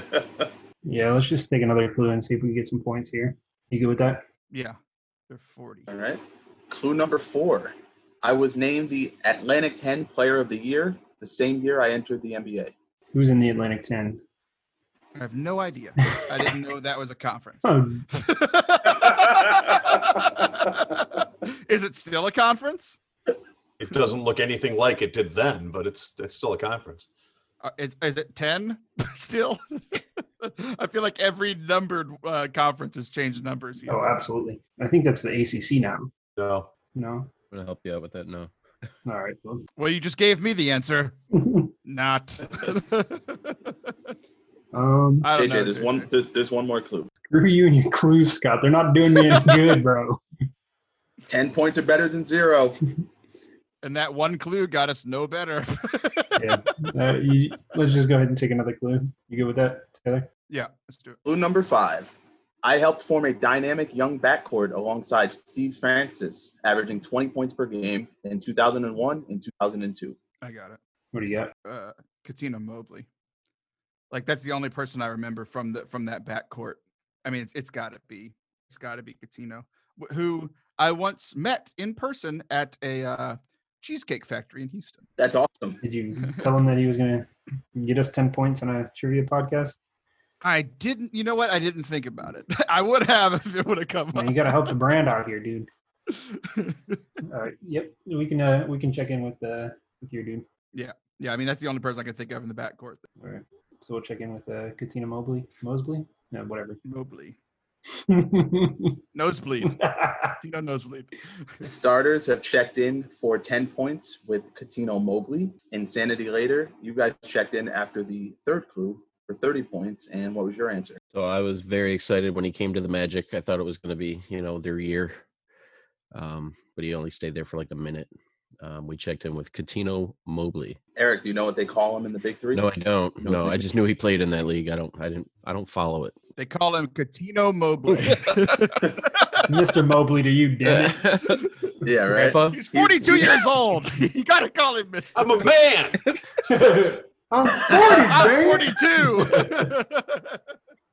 Yeah. Let's just take another clue and see if we can get some points here. You good with that? yeah. They're 40. All right. Clue number four. I was named the Atlantic 10 Player of the Year the same year I entered the NBA. Who's in the Atlantic Ten? I have no idea. I didn't know that was a conference. Oh, Is it still a conference? It doesn't look anything like it did then, but it's it's still a conference. Uh, Is, is it 10 still? I feel like every numbered uh, conference has changed numbers. Here. oh, absolutely. I think that's the ACC now. No, No. I'm gonna help you out with that. No. All right. Well. Well, you just gave me the answer. Not. um, I don't JJ, know, there's dude. one there's, there's one more clue. screw you and your clues, Scott. They're not doing me any good, bro. 10 points are better than zero. And that one clue got us no better. Yeah. Uh, you, let's just go ahead and take another clue. You good with that, Taylor? yeah, let's do it. Clue number five. I helped form a dynamic young backcourt alongside Steve Francis, averaging 20 points per game in 2001 and 2002. I got it. What do you got? Uh, Katina Mobley. Like that's the only person I remember from the from that backcourt. I mean, it's it's got to be it's got to be Catino, wh- who I once met in person at a uh, cheesecake factory in Houston. That's awesome. Did you tell him that he was going to get us 10 points on a trivia podcast? I didn't. You know what? I didn't think about it. I would have if it would have come Man, you got to help the brand out here, dude. up. All right. Yep. We can uh, we can check in with uh, with your dude. yeah, I mean that's the only person I can think of in the backcourt. All right. So we'll check in with uh, Katina Mobley. Mosley? No, whatever. Mobley, nosebleed. Catino nosebleed. The starters have checked in for 10 points with Katino Mobley. Insanity later, you guys checked in after the third clue for 30 points. And what was your answer? So I was very excited when he came to the Magic. I thought it was going to be, you know, their year. Um, but he only stayed there for like a minute. Um, we checked in with Katino Mobley. Eric, do you know what they call him in the big three? No, I don't. No, No, thank I just knew he played in that league. I don't. I didn't. I don't follow it. They call him Catino Mobley. Mr. Mobley to you, damn it. yeah, right. Grandpa. He's He's- 42 yeah. years old. you gotta call him Mister. I'm a man. I'm 40, I'm dang 42. it.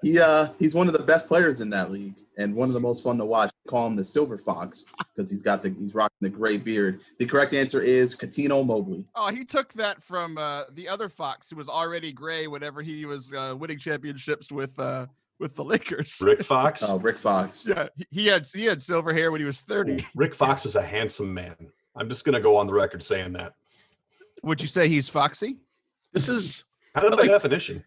He uh he's one of the best players in that league and one of the most fun to watch. Call him the Silver Fox because he's got the he's rocking the gray beard. The correct answer is Katino Mobley. oh, he took that from uh, the other Fox, who was already gray whenever he was uh, winning championships with uh, with the Lakers. Rick Fox. Oh, Rick Fox. Yeah, he- he had he had silver hair when he was 30. Rick Fox is a handsome man. I'm just going to go on the record saying that. Would you say he's foxy? This is Kind of by Like- definition.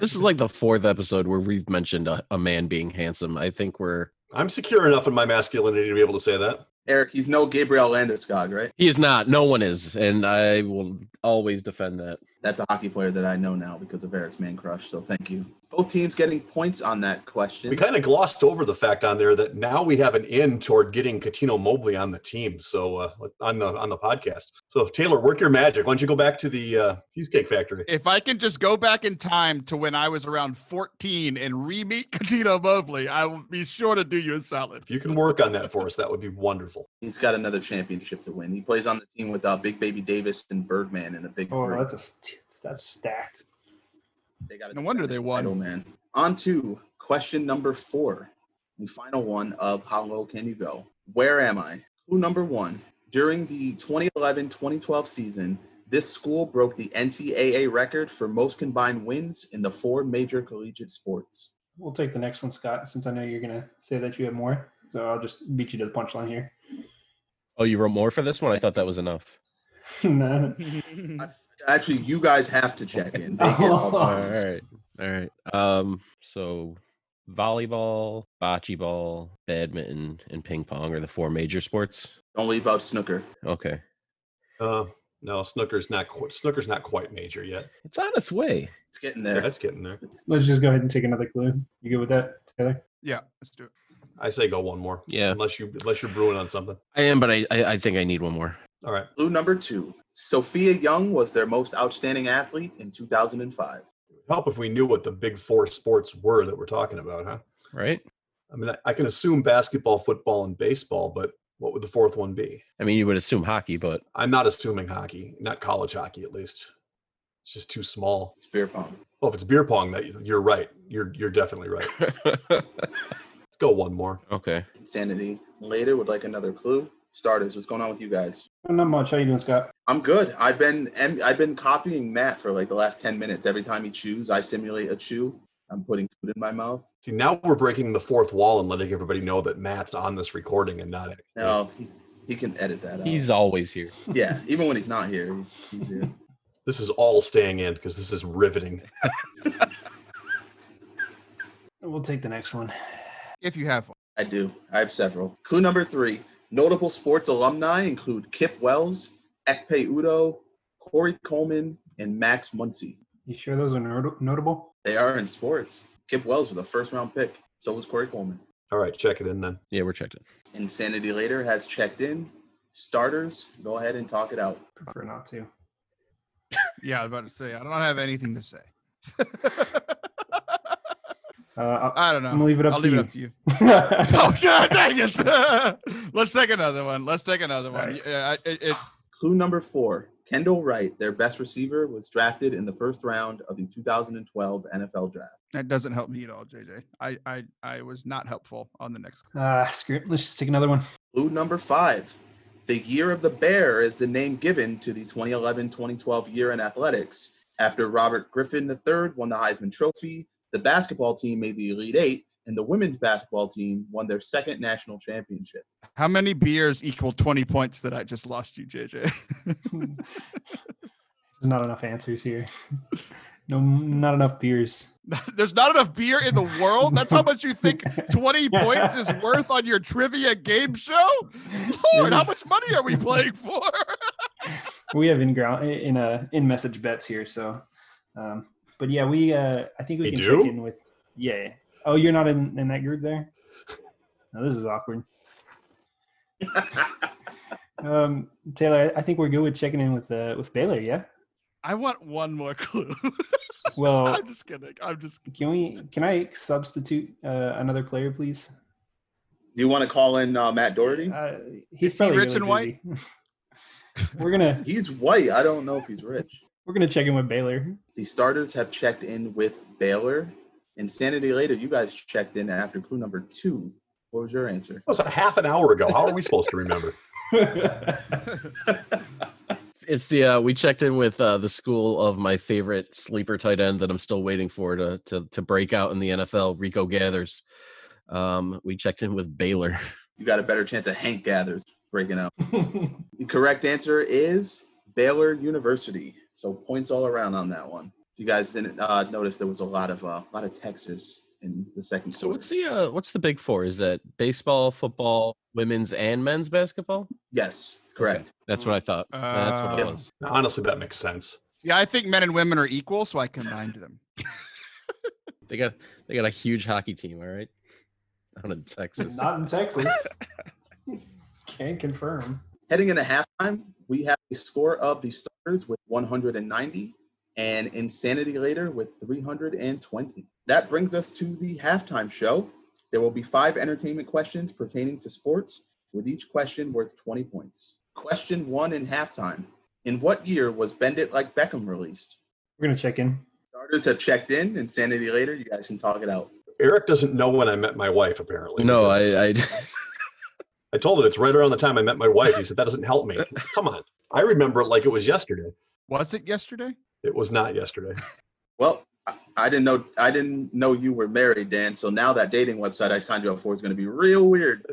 this is like the fourth episode where we've mentioned a, a man being handsome. I think we're I'm secure enough in my masculinity to be able to say that. Eric, he's no Gabriel Landeskog, right? he is not. No one is, and I will always defend that. That's a hockey player that I know now because of Eric's man crush. So thank you. Both teams getting points on that We question. kind of glossed over the fact on there that now we have an in toward getting Katino Mobley on the team. So uh, on the on the podcast. So Taylor, work your magic. Why don't you go back to the uh, Cheesecake Factory? If I can just go back in time to when I was around 14 and re-meet Catino Mobley, I will be sure to do you a solid. If you can work on that for us, that would be wonderful. He's got another championship to win. He plays on the team with uh, Big Baby Davis and Birdman in the Big Oh, Three. that's a st- that's stacked. They got No wonder they won. Title, man. On to question number four, the final one of How Low Can You Go? Where am I? Clue number one. During the 2011 2012 season, this school broke the NCAA record for most combined wins in the four major collegiate sports. We'll take the next one, Scott, since I know you're gonna say that you have more. So I'll just beat you to the punchline here. Oh, you wrote more for this one? I thought that was enough. No. I f- Actually, you guys have to check in. They get all the Oh. All votes. right. All right. Um, so volleyball, bocce ball, badminton, and ping pong are the four major sports. Don't leave out snooker. Okay. Uh, no, snooker's not qu- snooker's not quite major yet. It's on its way. It's getting Yeah, there. it's getting there. Let's just go ahead and take another clue. You good with that, Taylor? Yeah, let's do it. I say go one more. Yeah. Unless you unless you're brewing on something. I am, but I, I, I think I need one more. All right. Clue number two. Sophia Young was their most outstanding athlete in 2005. Help if we knew what the big four sports were that we're talking about, huh? Right? I mean, I, I can assume basketball, football, and baseball, but what would the fourth one be? I mean, you would assume hockey, but I'm not assuming hockey, not college hockey at least. It's just too small. Spear pong. Oh, if it's beer pong, that you're right. You're you're definitely right. Let's go one more. okay. Insanity. Later would like another clue. Starters, what's going on with you guys? Oh, Not much. How you doing, Scott? I'm good. I've been em- I've been copying Matt for like the last 10 minutes. Every time he chews, I simulate a chew. I'm putting food in my mouth. See, now we're breaking the fourth wall and letting everybody know that Matt's on this recording and not. actually- No, Oh, he, he can edit that out. He's always here. yeah, even when he's not here, he's, he's here. This is all staying in because this is riveting. We'll take the next one. If you have one. I do. I have several. Clue number three. Notable sports alumni include Kip Wells, Ekpe Udo, Corey Coleman, and Max Muncy. You sure those are not- notable? They are in sports. Kip Wells was a first round pick. So was Corey Coleman. All right, check it in then. Yeah, we're checked in. Insanity Later has checked in. Starters, go ahead and talk it out. Prefer not to. Yeah, I was about to say, I don't have anything to say. Uh, I'll, I don't know. I'm gonna leave it up I'll to leave you. it up to you. Oh, dang it. Let's take another one. Let's take another one. Alright. Yeah, I, it, it, Clue number four Kendall Wright, their best receiver, was drafted in the first round of the 2012 NFL draft. that doesn't help me at all, JJ. I, I, I was not helpful on the next. uh, screw it. Let's just take another one. Clue number five The Year of the Bear is the name given to the 2011 2012 year in athletics. After Robert Griffin III won the Heisman Trophy, the basketball team made the Elite Eight, and the women's basketball team won their second national championship. How many beers equal 20 points that I just lost you, JJ? Hmm. There's not enough answers here. No, not enough beers. There's not enough beer in the world. That's how much you think 20 points is worth on your trivia game show? Lord, how much money are we playing for? we have in ground in a in message bets here, so. Um, but yeah, we uh, I think we You can do? check in with. Yeah. yeah. Oh, you're not in in that group there. No, this is awkward. um, Taylor, I I think we're good with checking in with uh, with Baylor. Yeah. I want one more clue. Oh. Well, I'm just kidding. I'm just can we? Can I substitute uh, another player, please? Do you want to call in uh, Matt Doherty? Uh, he's Is he probably rich and really white? busy. we're gonna He's white. I don't know if he's rich. we're gonna check in with Baylor. The starters have checked in with Baylor. Insanity later, you guys checked in after clue number two. What was your answer? That was a half an hour ago. How are we supposed to remember? It's the uh, we checked in with uh, the school of my favorite sleeper tight end that I'm still waiting for to to to break out in the NFL. Rico Gathers. Um, we checked in with Baylor. You got a better chance of Hank Gathers breaking out. The correct answer is Baylor University. So points all around on that one. If you guys didn't uh, notice, there was a lot of uh, a lot of Texas in the second So quarter. what's the uh, what's the big four? Is that baseball, football, women's and men's basketball? yes, correct. That's what I thought. That's what it Uh, was. Now, honestly, that makes sense. Yeah, I think men and women are equal, so I combined them. They got they got a huge hockey team. All right, out in Texas. Not in Texas. Can't confirm. Heading into halftime, we have a score of the starters with 190 and Insanity Later with 320. That brings us to the halftime show. There will be five entertainment questions pertaining to sports, with each question worth 20 points. Question one in halftime In what year was Bend It Like Beckham released? We're gonna check in. Starters have checked in. Insanity Later, you guys can talk it out. Eric doesn't know when I met my wife, apparently. no, because I, uh, I I told him it's right around the time I met my wife. He said, that doesn't help me. Come on. I remember it like it was yesterday. Was it yesterday? It was not yesterday. Well, I- I didn't know I didn't know you were married, Dan. So now that dating website I signed you up for is going to be real weird.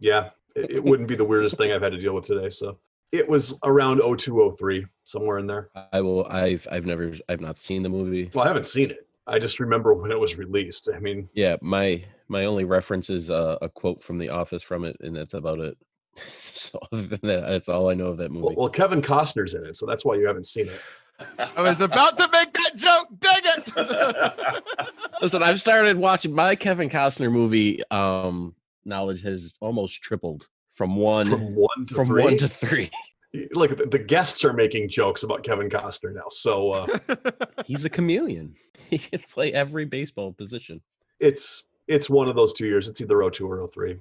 Yeah, it, it wouldn't be the weirdest thing I've had to deal with today. So it was around 0203, somewhere in there. I will. I've I've never I've not seen the movie. Well, I haven't seen it. I just remember when it was released. I mean, Yeah, my my only reference is uh, a quote from The Office from it, and that's about it. so other than that, that's all I know of that movie. well, well, Kevin Costner's in it, so that's why you haven't seen it. I was about to make that joke. Dang it! Listen, I've started watching my Kevin Costner movie. Um, knowledge has almost tripled from one from, From one to three. one to three. Look, the, the guests are making jokes about Kevin Costner now. So uh, He's a chameleon. He can play every baseball position. it's it's one of those two years. It's either 02 or 03.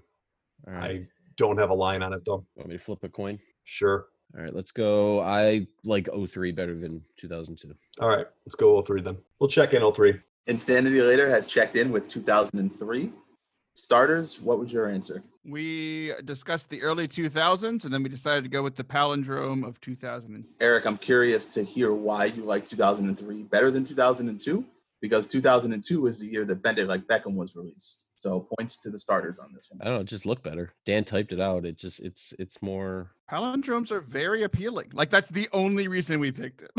All right. I don't have a line on it though. Want me to flip a coin? Sure. All right, let's go. I like 03 better than 2002. All right, let's go 03 then. We'll check in 03. Insanity later has checked in with 2003. Starters, what was your answer? we discussed the early 2000s, and then we decided to go with the palindrome of 2000. Eric, I'm curious to hear why you like 2003 better than 2002 because 2002 is the year that Bend It Like Beckham was released. So points to the starters on this I one. don't know. It just looked better. Dan typed it out. It just it's it's more. Palindromes are very appealing. Like that's the only reason we picked it.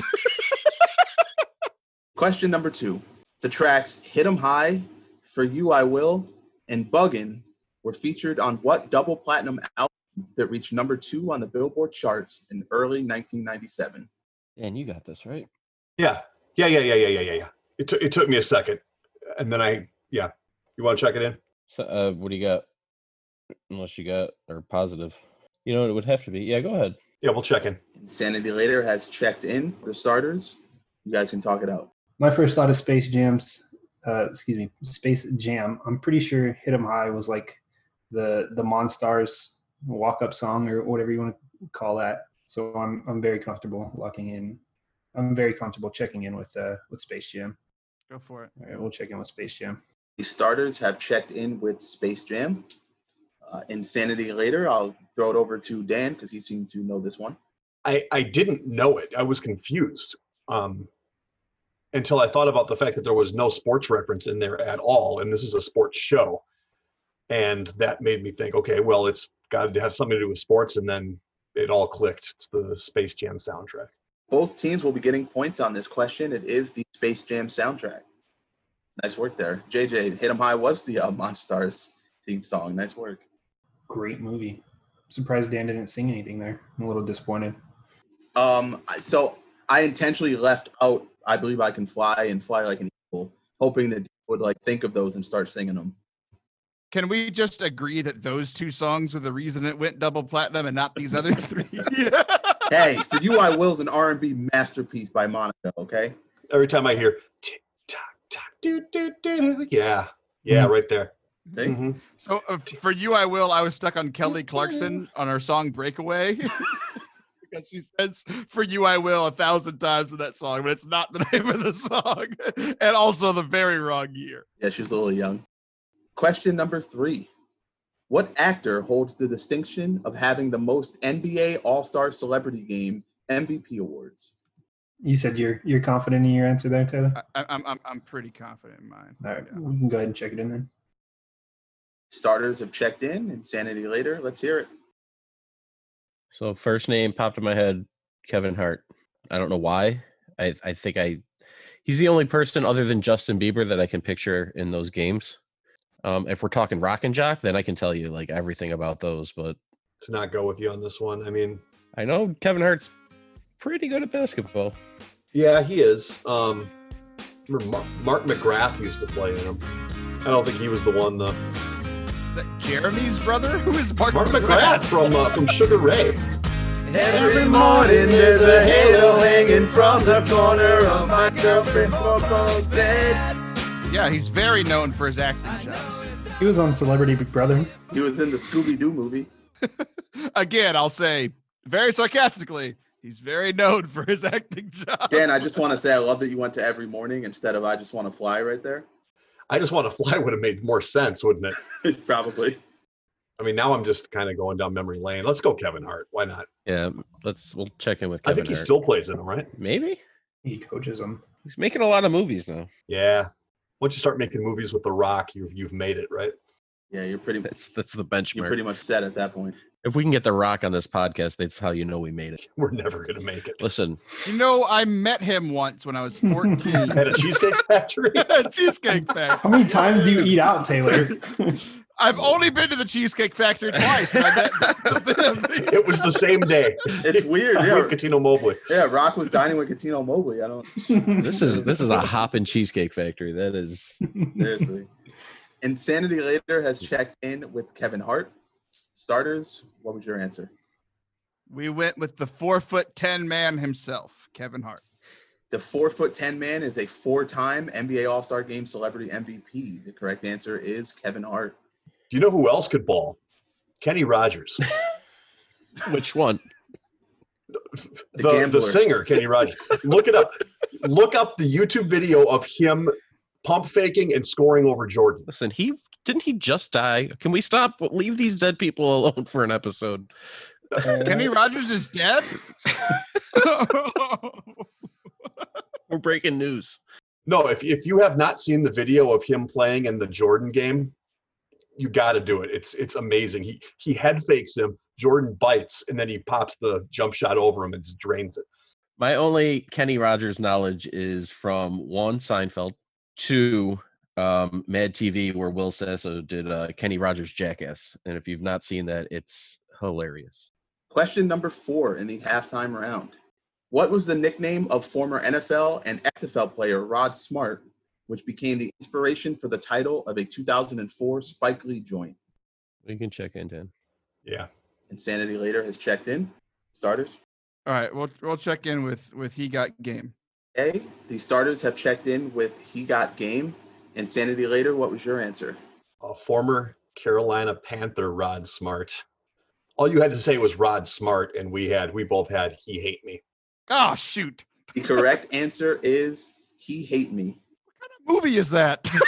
Question number two. The tracks Hit 'em High, For You I Will, and Buggin were featured on what double platinum album that reached number two on the Billboard charts in early 1997? Dan, you got this right. Yeah. Yeah, yeah, yeah, yeah, yeah, yeah, yeah. It took it took me a second. And then I yeah. You want to check it in? So, uh, what do you got? Unless you got or positive. You know what it would have to be. Yeah, go ahead. Yeah, we'll check in. Insanity later has checked in. The starters, you guys can talk it out. My first thought of Space Jam's, uh, excuse me, Space Jam. I'm pretty sure "Hit 'Em High" was like the the Monstars walk-up song or whatever you want to call that. So I'm I'm very comfortable locking in. I'm very comfortable checking in with uh with Space Jam. Go for it. All right, we'll check in with Space Jam. The starters have checked in with Space Jam. Uh, Insanity later, I'll throw it over to Dan because he seemed to know this one. I I didn't know it. I was confused. Um until I thought about the fact that there was no sports reference in there at all and this is a sports show. And that made me think, okay, well, it's got to have something to do with sports and then it all clicked. It's the Space Jam soundtrack. Both teams will be getting points on this question. It is the Space Jam soundtrack. Nice work there. JJ, Hit 'em High was the uh, Monstars theme song. Nice work. Great movie. Surprised Dan didn't sing anything there. I'm a little disappointed. Um, I- so I intentionally left out I Believe I Can Fly and Fly Like an Eagle, hoping that Dan would like think of those and start singing them. Can we just agree that those two songs were the reason it went double platinum and not these other three? Hey, For You I Will is an R&B masterpiece by Monica, okay? every time I hear tick tock tock doo doo doo doo. Yeah. Yeah, right there. See? Mhm. So uh, f- for you, I will. I was stuck on Kelly Clarkson on her song "Breakaway" because she says "For you, I will" a thousand times in that song, but it's not the name of the song, and also the very wrong year. Yeah, she's a little young. Question number three What actor holds the distinction of having the most NBA All Star Celebrity Game MVP awards? You said you're you're confident in your answer there, Taylor. I, I- I'm, I'm I'm pretty confident in mine. All right, Yeah. we can go ahead and check it in then. Starters have checked in, Insanity later. Let's hear it. So first name popped in my head, Kevin Hart. I don't know why. I I think I he's the only person other than Justin Bieber that I can picture in those games. Um, if we're talking rock and jock, then I can tell you like everything about those. But To not go with you on this one. I mean, I know Kevin Hart's pretty good at basketball. yeah, he is. Um remember Mark, Mark McGrath used to play in him. I don't think he was the one though. Is that Jeremy's brother? Who is Mark, Mark McGrath from uh, from Sugar Ray. Every morning there's a halo hanging from the corner of my girlfriend's four-post bed. Yeah, he's very known for his acting jobs. He was on Celebrity Big Brother. He was in the Scooby Doo movie. Again, I'll say very sarcastically, he's very known for his acting jobs. Dan, I just want to say I love that you went to Every Morning instead of I Just Want to Fly right there. I just want to fly would have made more sense, wouldn't it? Probably. I mean, now I'm just kind of going down memory lane. Let's go Kevin Hart. Why not? Yeah, let's we'll check in with I Kevin. think he Hart. still plays in him, right? maybe. He coaches them. He's making a lot of movies now. Yeah. Once you start making movies with The Rock, you've you've made it, right? Yeah, you're pretty That's that's the you're benchmark. pretty much set at that point. if we can get the Rock on this podcast, that's how you know we made it. We're never gonna make it. Listen, You know, I met him once when I was 14. At a cheesecake factory. Cheesecake Factory. How many times do you eat out, Taylor? I've only been to the Cheesecake Factory twice. and I met It was the same day It's weird. with Yeah, Catino Mobley. yeah. Rock was dining with Catino Mobley. I don't this is this is a hop and cheesecake factory. That is seriously. Insanity later has checked in with Kevin Hart. Starters, what was your answer? we went with the four foot 10 man himself, Kevin Hart. The four foot ten man is a four time NBA All Star Game celebrity MVP. The correct answer is Kevin Hart. Do you know who else could ball? Kenny Rogers. which one? The the, gambler. the singer Kenny Rogers. Look it up. Look up the YouTube video of him pump faking and scoring over Jordan. Listen, he didn't he just die? Can we stop? Leave these dead people alone for an episode. Kenny Rogers is dead? We're breaking news. No, if if you have not seen the video of him playing in the Jordan game, you got to do it. It's it's amazing. He he head fakes him. Jordan bites and then he pops the jump shot over him and just drains it. My only Kenny Rogers knowledge is from one Seinfeld, two um, Mad TV, where Will Sasso did uh, Kenny Rogers Jackass. And if you've not seen that, it's hilarious. Question number four in the halftime round. What was the nickname of former NFL and XFL player Rod Smart, which became the inspiration for the title of a 2004 Spike Lee joint? You can check in, Dan. Yeah. Insanity later has checked in. Starters. All right, we'll we'll check in with with he got game. A. The starters have checked in with he got game. Insanity later. What was your answer? A former Carolina Panther Rod Smart. All you had to say was Rod Smart and we had we both had he hate me. Oh shoot. The correct answer is he hate me. What movie is that?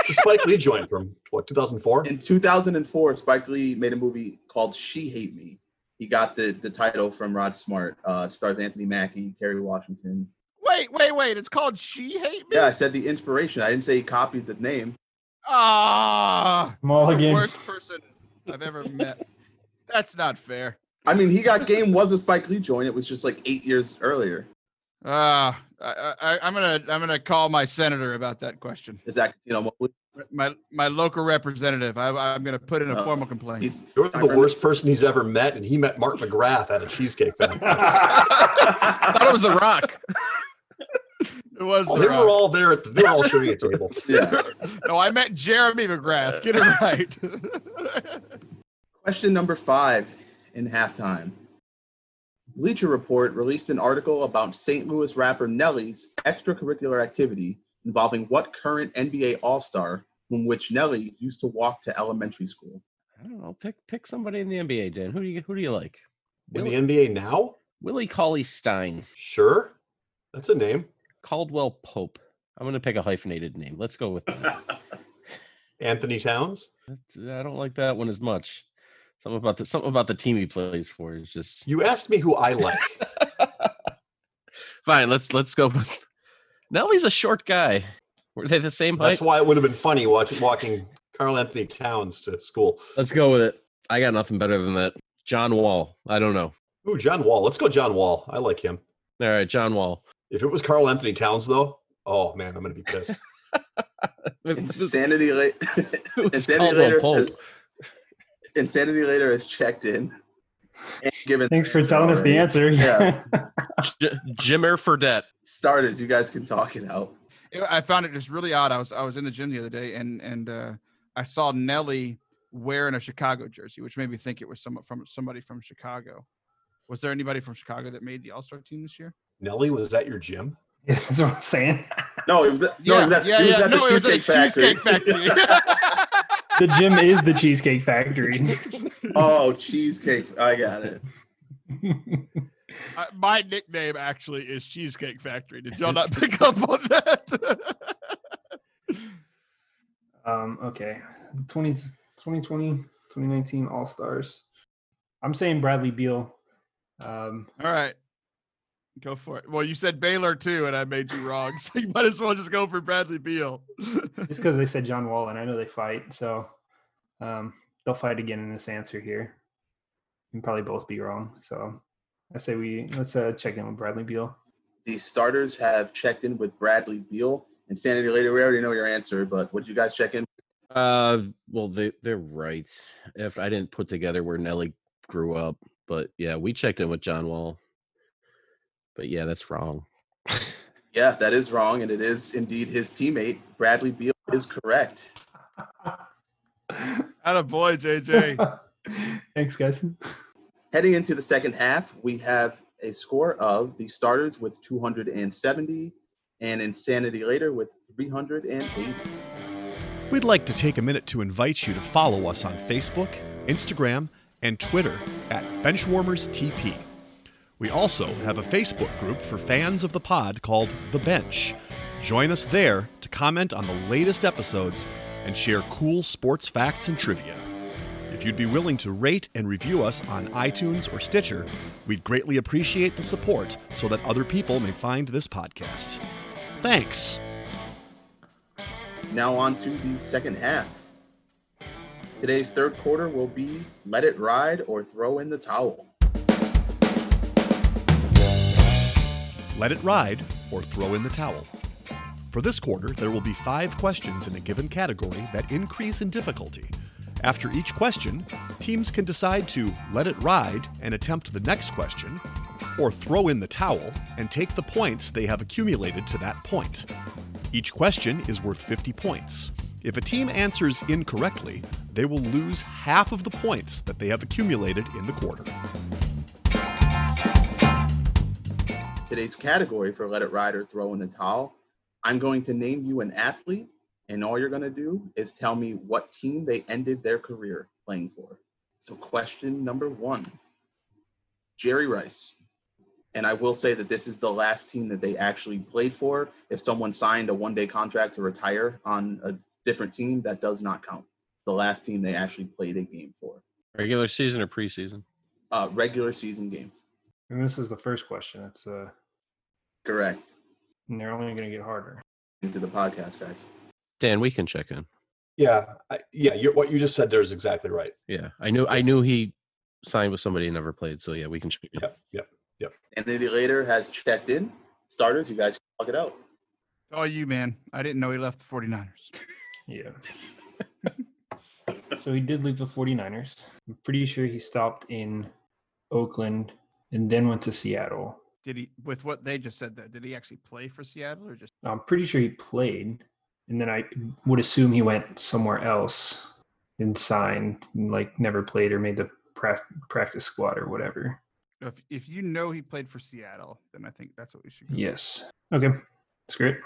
It's a Spike Lee joint from what 2004? In 2004, Spike Lee made a movie called She Hate Me. He got the, the title from Rod Smart. Uh, it stars Anthony Mackie, Kerry Washington. wait, wait, wait. It's called She Hate Me? Yeah, I said the inspiration. I didn't say he copied the name. Ah, the Mulligan. worst person I've ever met. That's not fair. I mean, he got game was a Spike Lee joint. It was just like eight years earlier. Ah, I, I, I'm gonna I'm gonna call my senator about that question. Is that you know Mobley? My my local representative. I, I'm gonna put in a Uh, formal He's complaint. You're the I've heard- worst person he's ever met, and he met Mark McGrath at a cheesecake factory. I thought it was The Rock. It was Oh, the they were wrong. all there at the, they were all sharing a table. Yeah. No, I meant Jeremy McGrath. Get it Uh. right. Question number five in halftime. Bleacher Report released an article about St. Louis rapper Nelly's extracurricular activity involving what current NBA All Star, from which Nelly used to walk to elementary school. I don't know. Pick pick somebody in the NBA, Dan. Who do you who do you like? In the NBA now? Willie Cauley Stein, Sure. That's a name. Caldwell Pope. I'm gonna pick a hyphenated name. Let's go with. that. Anthony Towns. That's- uh, I don't like that one as much. Something about the something about the team he plays for is just You asked me who I like. fine. Let's let's go. with- Nelly's a short guy. Were they the same height? That's why it would have been funny watching walking Carl Anthony Towns to school. let's go with it. I got nothing better than that. John Wall. I don't know. Ooh, John Wall. Let's go John Wall. I like him. All right, John Wall. If it was Carl Anthony Towns though, oh man, I'm gonna be pissed. Who's Insanity, la- Insanity Caldwell later. Pope? Has, Insanity later has checked in. and given Thanks for telling us the answer. Yeah. J- Jimmer Fredette. Starters, you guys can talk it out. It- I found it just really odd. I was I was in the gym the other day and and uh, I saw Nelly wearing a Chicago jersey, which made me think it was some from somebody from Chicago. Was there anybody from Chicago that made the All Star team this year? Nelly, was that your gym? Yeah, that's what I'm saying. No, it was, at- no, it was at, yeah, it was yeah. at the No, it was at Cheesecake the Cheesecake Factory. Factory. The gym is the Cheesecake Factory. oh, Cheesecake. I got it. Uh, My nickname actually is Cheesecake Factory. Did y'all not pick up on that? Um, okay. 20, 2020, 2019 All Stars. I'm saying Bradley Beal. Um, All right. Go for it. Well, you said Baylor too, and I made you wrong. So you might as well just go for Bradley Beal. Just because they said John Wall, and I know they fight, so um, they'll fight again in this answer here. And probably both be wrong. So I say we let's uh, check in with Bradley Beal. The starters have checked in with Bradley Beal. Insanity later, we already know your answer, but would you guys check in? Uh, well, they they're right. If I didn't put together where Nelly grew up, but yeah, we checked in with John Wall. But yeah, that's wrong. Yeah, that is wrong, and it is indeed his teammate. Bradley Beal is correct. Out of boy, JJ. Thanks, guys. Heading into the second half, we have a score of the starters with 270 and Insanity Later with 308. We'd like to take a minute to invite you to follow us on Facebook, Instagram, and Twitter at Benchwarmers TP. We also have a Facebook group for fans of the pod called The Bench. Join us there to comment on the latest episodes and share cool sports facts and trivia. If you'd be willing to rate and review us on iTunes or Stitcher, we'd greatly appreciate the support so that other people may find this podcast. Thanks! Now on to the second half. Today's third quarter will be let it ride or throw in the towel. Let it ride or throw in the towel. For this quarter, there will be five questions in a given category that increase in difficulty. After each question, teams can decide to let it ride and attempt the next question, or throw in the towel and take the points they have accumulated to that point. Each question is worth 50 points. If a team answers incorrectly, they will lose half of the points that they have accumulated in the quarter. Today's category for let it ride or throw in the towel, I'm going to name you an athlete, and all you're going to do is tell me what team they ended their career playing for. So, question number one Jerry Rice. And I will say that this is the last team that they actually played for. If someone signed a one day contract to retire on a different team, that does not count. The last team they actually played a game for, Regular season or preseason? uh, regular season game. And this is the first question. It's uh, Correct. and they're only going to get harder. Into the podcast, guys. Dan, we can check in. Yeah, I, yeah. You're, what you just said there is exactly right. Yeah, I knew I knew he signed with somebody and never played. So yeah, we can check in. Yep, yep. Sanity Later has checked in. Starters, you guys can talk it out. It's all you, man. I didn't know he left the 49ers. Yeah. so he did leave the 49ers. I'm pretty sure he stopped in Oakland and then went to Seattle. Did he with what they just said that? Did he actually play for Seattle or just I'm pretty sure he played, and then I would assume he went somewhere else and signed, and like never played or made the prac- practice squad or whatever. if if you know he played for Seattle, then I think that's what we should go. with. Yes. Okay. Screw it.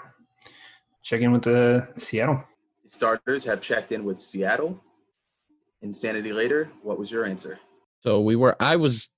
Check in with the Seattle. Starters have checked in with Seattle. Insanity Later, what was your answer? So we were. I was.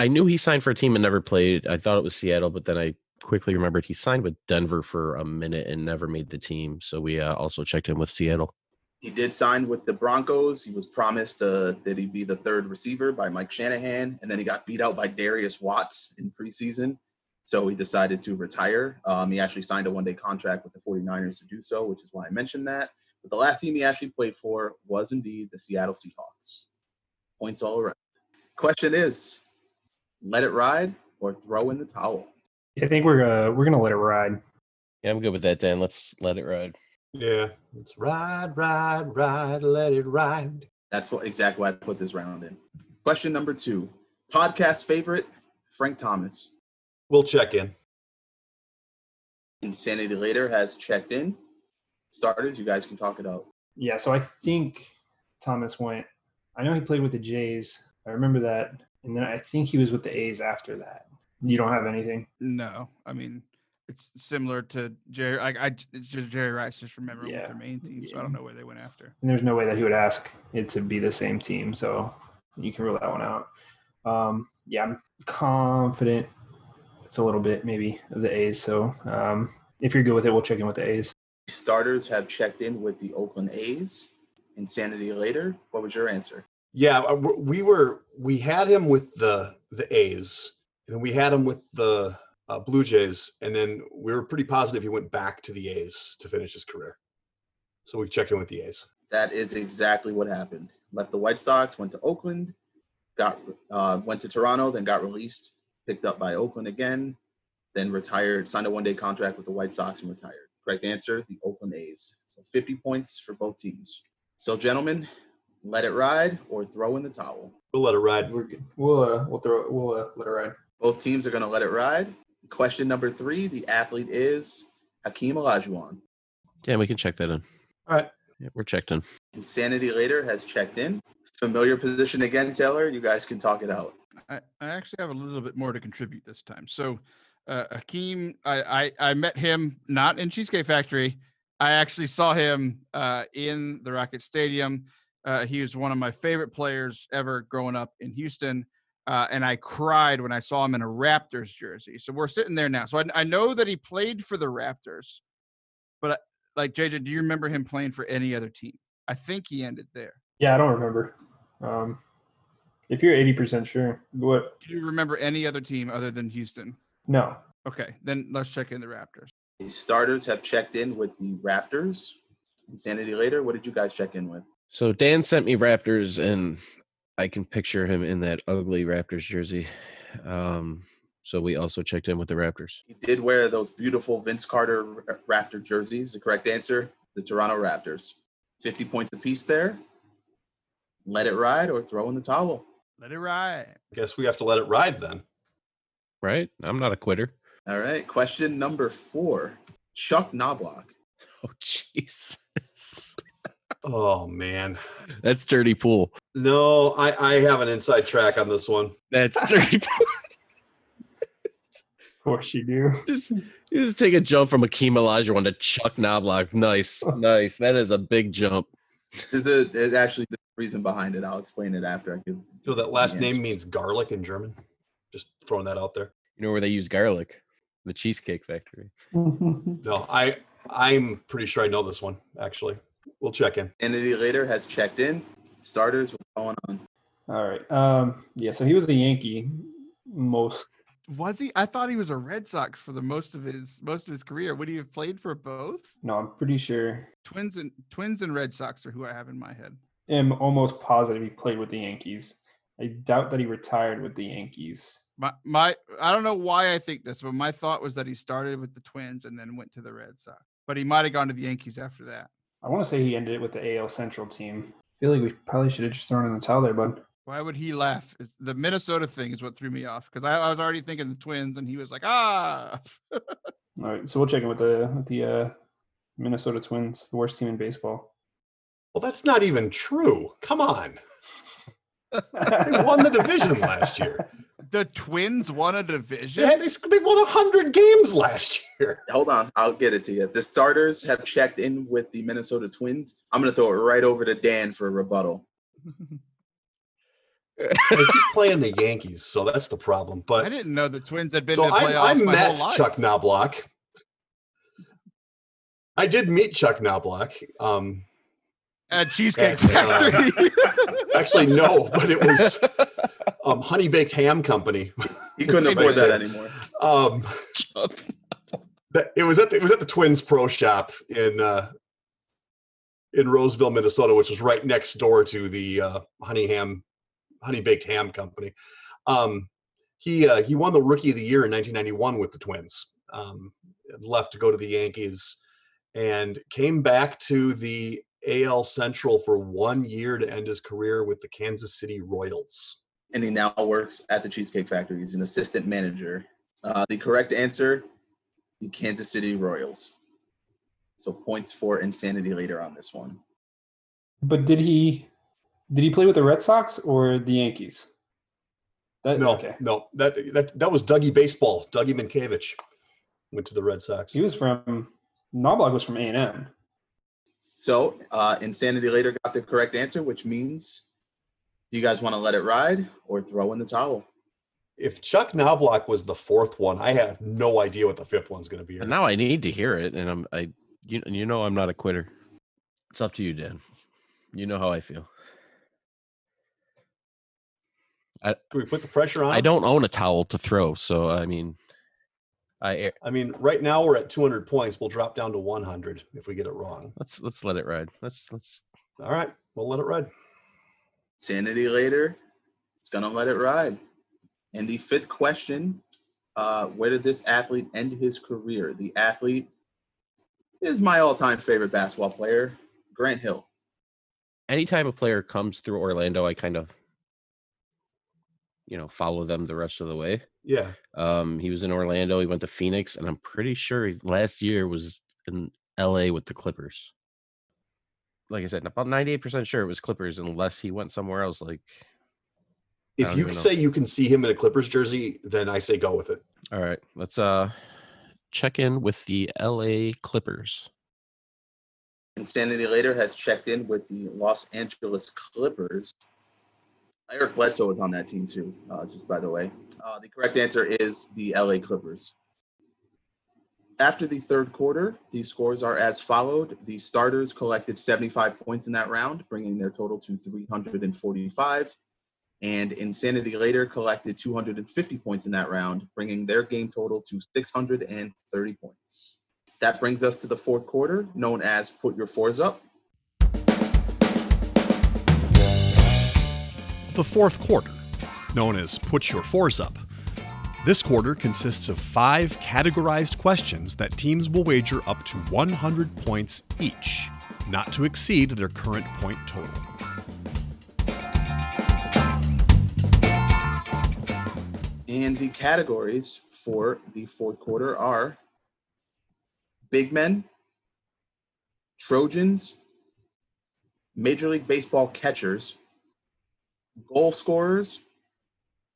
I knew he signed for a team and never played. I thought it was Seattle, but then I quickly remembered he signed with Denver for a minute and never made the team. So we uh, also checked in with Seattle. He did sign with the Broncos. He was promised uh, that he'd be the third receiver by Mike Shanahan, and then he got beat out by Darius Watts in preseason. So he decided to retire. Um, he actually signed a one day contract with the 49ers to do so, which is why I mentioned that. But the last team he actually played for was indeed the Seattle Seahawks. Points all around. Question is let it ride or throw in the towel? I think we're uh, we're gonna let it ride. Yeah, I'm good with that, Dan. Let's let it ride. Yeah, it's ride, ride, ride, let it ride. That's what exactly why I put this round in. Question number two podcast favorite, Frank Thomas. We'll check in. Insanity Later has checked in. Starters, you guys can talk it out. Yeah. So I think Thomas went. I know he played with the Jays. I remember that. And then I think he was with the A's after that. You don't have anything. No, I mean it's similar to Jerry. I, I j- it's just Jerry Rice. Just remember what Yeah, their main team. So I don't know where they went after. and there's no way that he would ask it to be the same team. So you can rule that one out. Um, yeah, I'm confident it's a little bit maybe of the A's. So um, if you're good with it, we'll check in with the A's. Starters have checked in with the Oakland A's. Insanity Later, what was your answer? Yeah, uh, w- we were we had him with the the A's, and then we had him with the uh, uh, Blue Jays, and then we were pretty positive he went back to the A's to finish his career. So we checked in with the A's. That is exactly what happened. Left the White Sox, went to Oakland, got uh, went to Toronto, then got released, picked up by Oakland again, then retired, signed a one-day contract with the White Sox and retired. Correct answer: the Oakland A's. So 50 points for both teams. So, gentlemen, let it ride or throw in the towel. We'll let it ride. We're good. We'll uh, we'll throw we'll uh, let it ride. Both teams are going to let it ride. Question number three: the athlete is Hakeem Olajuwon. Yeah, we can check that in. All right. Yeah, we're checked in. Insanity later has checked in. Familiar position again, Taylor. You guys can talk it out. I, I actually have a little bit more to contribute this time. So, uh, Akeem, I, I I met him not in Cheesecake Factory. I actually saw him uh, in the Rocket Stadium. Uh, he was one of my favorite players ever growing up in Houston. Uh, and I cried when I saw him in a Raptors jersey. So we're sitting there now. So I, I know that he played for the Raptors, but like JJ, do you remember him playing for any other team? I think he ended there. Yeah, I don't remember. Um, if you're eighty percent sure, what? Do you remember any other team other than Houston? No, Okay, then let's check in the Raptors. The starters have checked in with the Raptors. Insanity later. What did you guys check in with? So Dan sent me Raptors, and I can picture him in that ugly Raptors jersey. Um, so we also checked in with the Raptors. He did wear those beautiful Vince Carter Ra- Raptor jerseys. The correct answer: the Toronto Raptors. Fifty points apiece there. Let it ride or throw in the towel. Let it ride. I guess we have to let it ride then. Right? I'm not a quitter. All right. Question number four: Chuck Knoblock. Oh jeez, Oh man. that's dirty pool. No, I, I have an inside track on this one. That's dirty. pool. of course you do. just you just take a jump from Akeem Olajuwon to Chuck Knobloch. Nice, nice. That is a big jump. There's a there's actually the reason behind it. I'll explain it after I give. You know that last the name answers. means garlic in German. Just throwing that out there. You know where they use garlic? The Cheesecake Factory. No, I I'm pretty sure I know this one actually. We'll check in. Insanity later has checked in. Starters were going on. All right. Um, yeah. So he was a Yankee most. Was he? I thought he was a Red Sox for the most of his most of his career. Would he have played for both? No, I'm pretty sure. Twins and Twins and Red Sox are who I have in my head. am almost positive he played with the Yankees. I doubt that he retired with the Yankees. My my I don't know why I think this, but my thought was that he started with the Twins and then went to the Red Sox. But he might have gone to the Yankees after that. I want to say he ended it with the AL Central team. I feel like we probably should have just thrown in the towel there, bud. Why would he laugh? Is the Minnesota thing is what threw me off because I, I was already thinking the Twins, and he was like, ah. All right, so we'll check in with the with the uh, Minnesota Twins, the worst team in baseball. Well, that's not even true. Come on. They won the division last year. The Twins won a division. Yeah, they, sc- they won 100 games last year. Hold on, I'll get it to you. The starters have checked in with the Minnesota Twins. I'm gonna throw it right over to Dan for a rebuttal. They keep playing the Yankees, so that's the problem. I But didn't know the Twins had been so to the playoffs I, I my met whole life. Chuck Knoblock. I did meet Chuck Knoblock. Um, at Cheesecake Actually, Factory. actually, no, but it was um, Honey Baked Ham Company. He couldn't Same afford that thing. anymore. Um, that- it was at the, it was at the Twins Pro Shop in uh, in Roseville, Minnesota, which was right next door to the uh, Honey Ham Honey Baked Ham Company. Um, he uh, he won the Rookie of the Year in 1991 with the Twins. Um, left to go to the Yankees and came back to the AL Central for one year to end his career with the Kansas City Royals. and he now works at the Cheesecake Factory. He's an assistant manager. Uh, the correct answer, the Kansas City Royals. So points for insanity later on this one. But did he did he play with the Red Sox or the Yankees? That, No, okay. no, that that that was Dougie Baseball. Dougie Minkiewicz went to the Red Sox. He was from Knobloch was from A and M. So uh, insanity later got the correct answer, which means do you guys want to let it ride or throw in the towel? If Chuck Knobloch was the fourth one, I have no idea what the fifth one's going to be. And now I need to hear it, and I'm I you you know I'm not a quitter. It's up to you, Dan. You know how I feel. Can we put the pressure on? I him? don't own a towel to throw, so I mean, I I mean, right now we're at 200 points. We'll drop down to 100 if we get it wrong. let's let's let it ride. Let's let's All right, we'll let it ride. Sanity later. It's gonna let it ride. And the fifth question: uh, Where did this athlete end his career? The athlete is my all-time favorite basketball player, Grant Hill. anytime a player comes through Orlando, I kind of you know follow them the rest of the way. Yeah, Um, he was in Orlando. He went to Phoenix, and I'm pretty sure he, last year was in L.A. with the Clippers. Like I said, about 98% sure it was Clippers, unless he went somewhere else. Like, I if don't you even know. say you can see him in a Clippers jersey, then I say go with it. all right, let's uh check in with the L.A. Clippers. And Sanity later has checked in with the Los Angeles Clippers. Eric Bledsoe was on that team too, uh, just by the way. Uh, the correct answer is the LA Clippers. After the third quarter, the scores are as followed. The starters collected 75 points in that round, bringing their total to 345. And Insanity later collected 250 points in that round, bringing their game total to 630 points. That brings us to the fourth quarter, known as Put Your Fours Up. The fourth quarter, known as Put Your Fours Up. This quarter consists of five categorized questions that teams will wager up to 100 points each, not to exceed their current point total. And the categories for the fourth quarter are big men, Trojans, Major League Baseball catchers, goal scorers,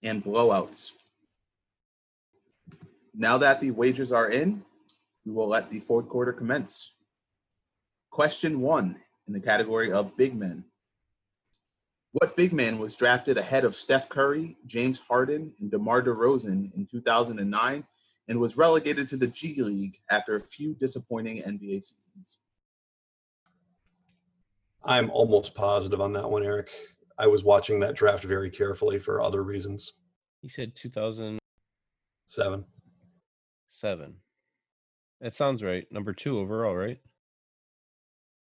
and blowouts. Now that the wagers are in, we will let the fourth quarter commence. Question one in the category of big men. What big man was drafted ahead of Steph Curry, James Harden, and DeMar DeRozan in 2009 and was relegated to the G League after a few disappointing NBA seasons? I'm almost positive on that one, Eric. I was watching that draft very carefully for other reasons. He said 2007. Seven. That sounds right. Number two overall, right?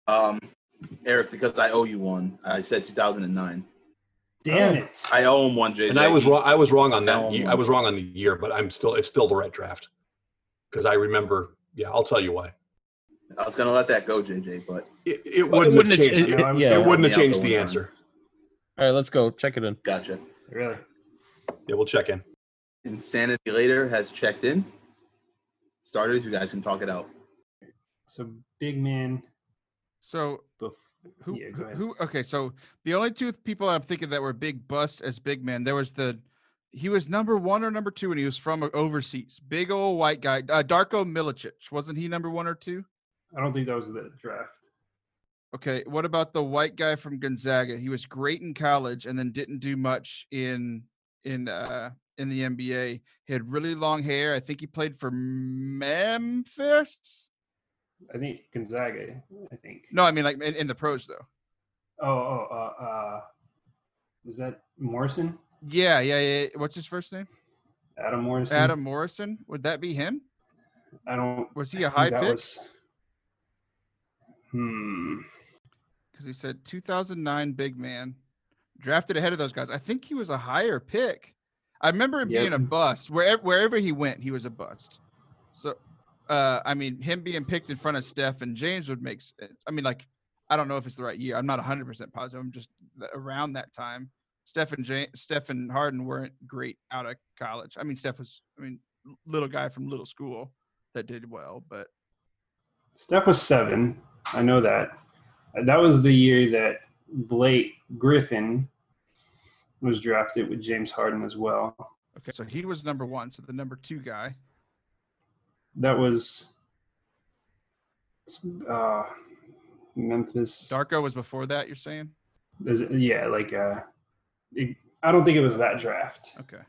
Um, Eric, because I owe you one, I said 2009. Damn it. I owe him one, JJ. And I was wrong. I was wrong on Oh, that. ye- my. I was wrong on the year, but I'm still. It's still the right draft because I remember. Yeah, I'll tell you why. I was going to let that go, JJ, but It, it Well, wouldn't have ch- changed. it- It, No, I was yeah. wrong. wouldn't have Yeah, the changed the one. answer. All right, let's go check it in. gotcha. Really? Yeah, we'll check in. Insanity later has checked in. Starters, you guys can talk it out. So big man. So Bef- who Yeah, go who- ahead. who okay so the only two people i'm thinking that were big busts as big men there was the he was number one or number two and he was from uh, overseas big old white guy uh, darko milicic wasn't he number one or two I don't think that was the draft. okay what about the white guy from gonzaga he was great in college and then didn't do much in in uh in the nba he had really long hair i think he played for memphis I think Gonzaga. I think. no i mean like in, in the pros though Oh, oh, uh, uh, is that Morrison? yeah yeah yeah what's his first name Adam Morrison. adam morrison would that be him I don't. was he a a high pick? hmm. because he said 2009 big man drafted ahead of those guys. I think he was a higher pick. I remember him being a Yep. bust wherever wherever he went, he was a bust. So, uh, I mean, him being picked in front of Steph and James would make sense. I mean, like, I don't know if it's the right year. I'm not 100 percent positive. I'm just th- around that time. Steph and James, Steph and Harden weren't great out of college. I mean, Steph was, I mean, l- little guy from little school that did well, but Steph was seven. I know that. Uh, That was the year that Blake Griffin was drafted with James Harden as well. okay. So he was number one. So the number two guy. That was uh, Memphis. Darko was before that. You're saying? Is it- yeah, like uh, it, I don't think it was that draft. Okay.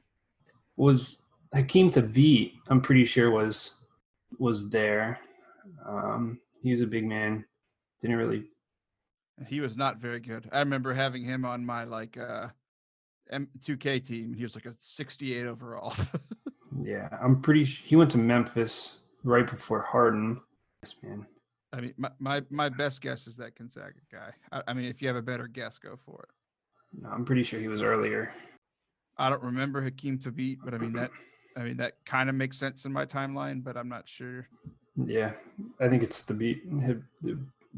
Was Hakeem Thabit? I'm pretty sure was was there. Um, he was a big man. Didn't really. And He was not very good. I remember having him on my like uh M2K team. He was like a 68 overall. Yeah, I'm pretty. Sh- he went to Memphis right before Harden. Yes, man. I mean, my, my, my best guess is that Gonzaga guy. I, I mean, if you have a better guess, go for it. No, I'm pretty sure he was earlier. I don't remember Hakeem to beat, but I mean that I mean that kind of makes sense in my timeline, but I'm not sure. Yeah, I think it's the beat. hi-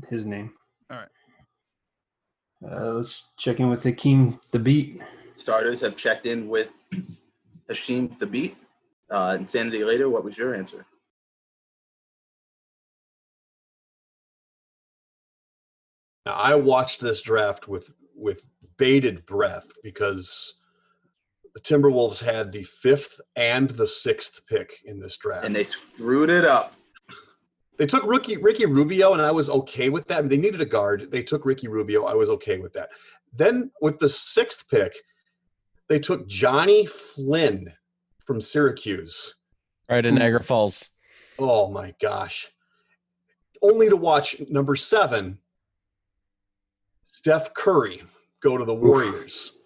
His name. All right. Uh, let's check in with Hakeem the beat. Starters have checked in with Hashim the Beat. Uh, Insanity later, what was your answer? Now, I watched this draft with with bated breath because the Timberwolves had the fifth and the sixth pick in this draft. And they screwed it up. They took rookie Ricky Rubio, and I was okay with that. I mean, they needed a guard. They took Ricky Rubio. I was okay with that. Then with the sixth pick, they took Johnny Flynn from Syracuse. Right Hmm. in Niagara Falls. Oh my gosh! Only to watch number seven, Steph Curry, go to the Warriors.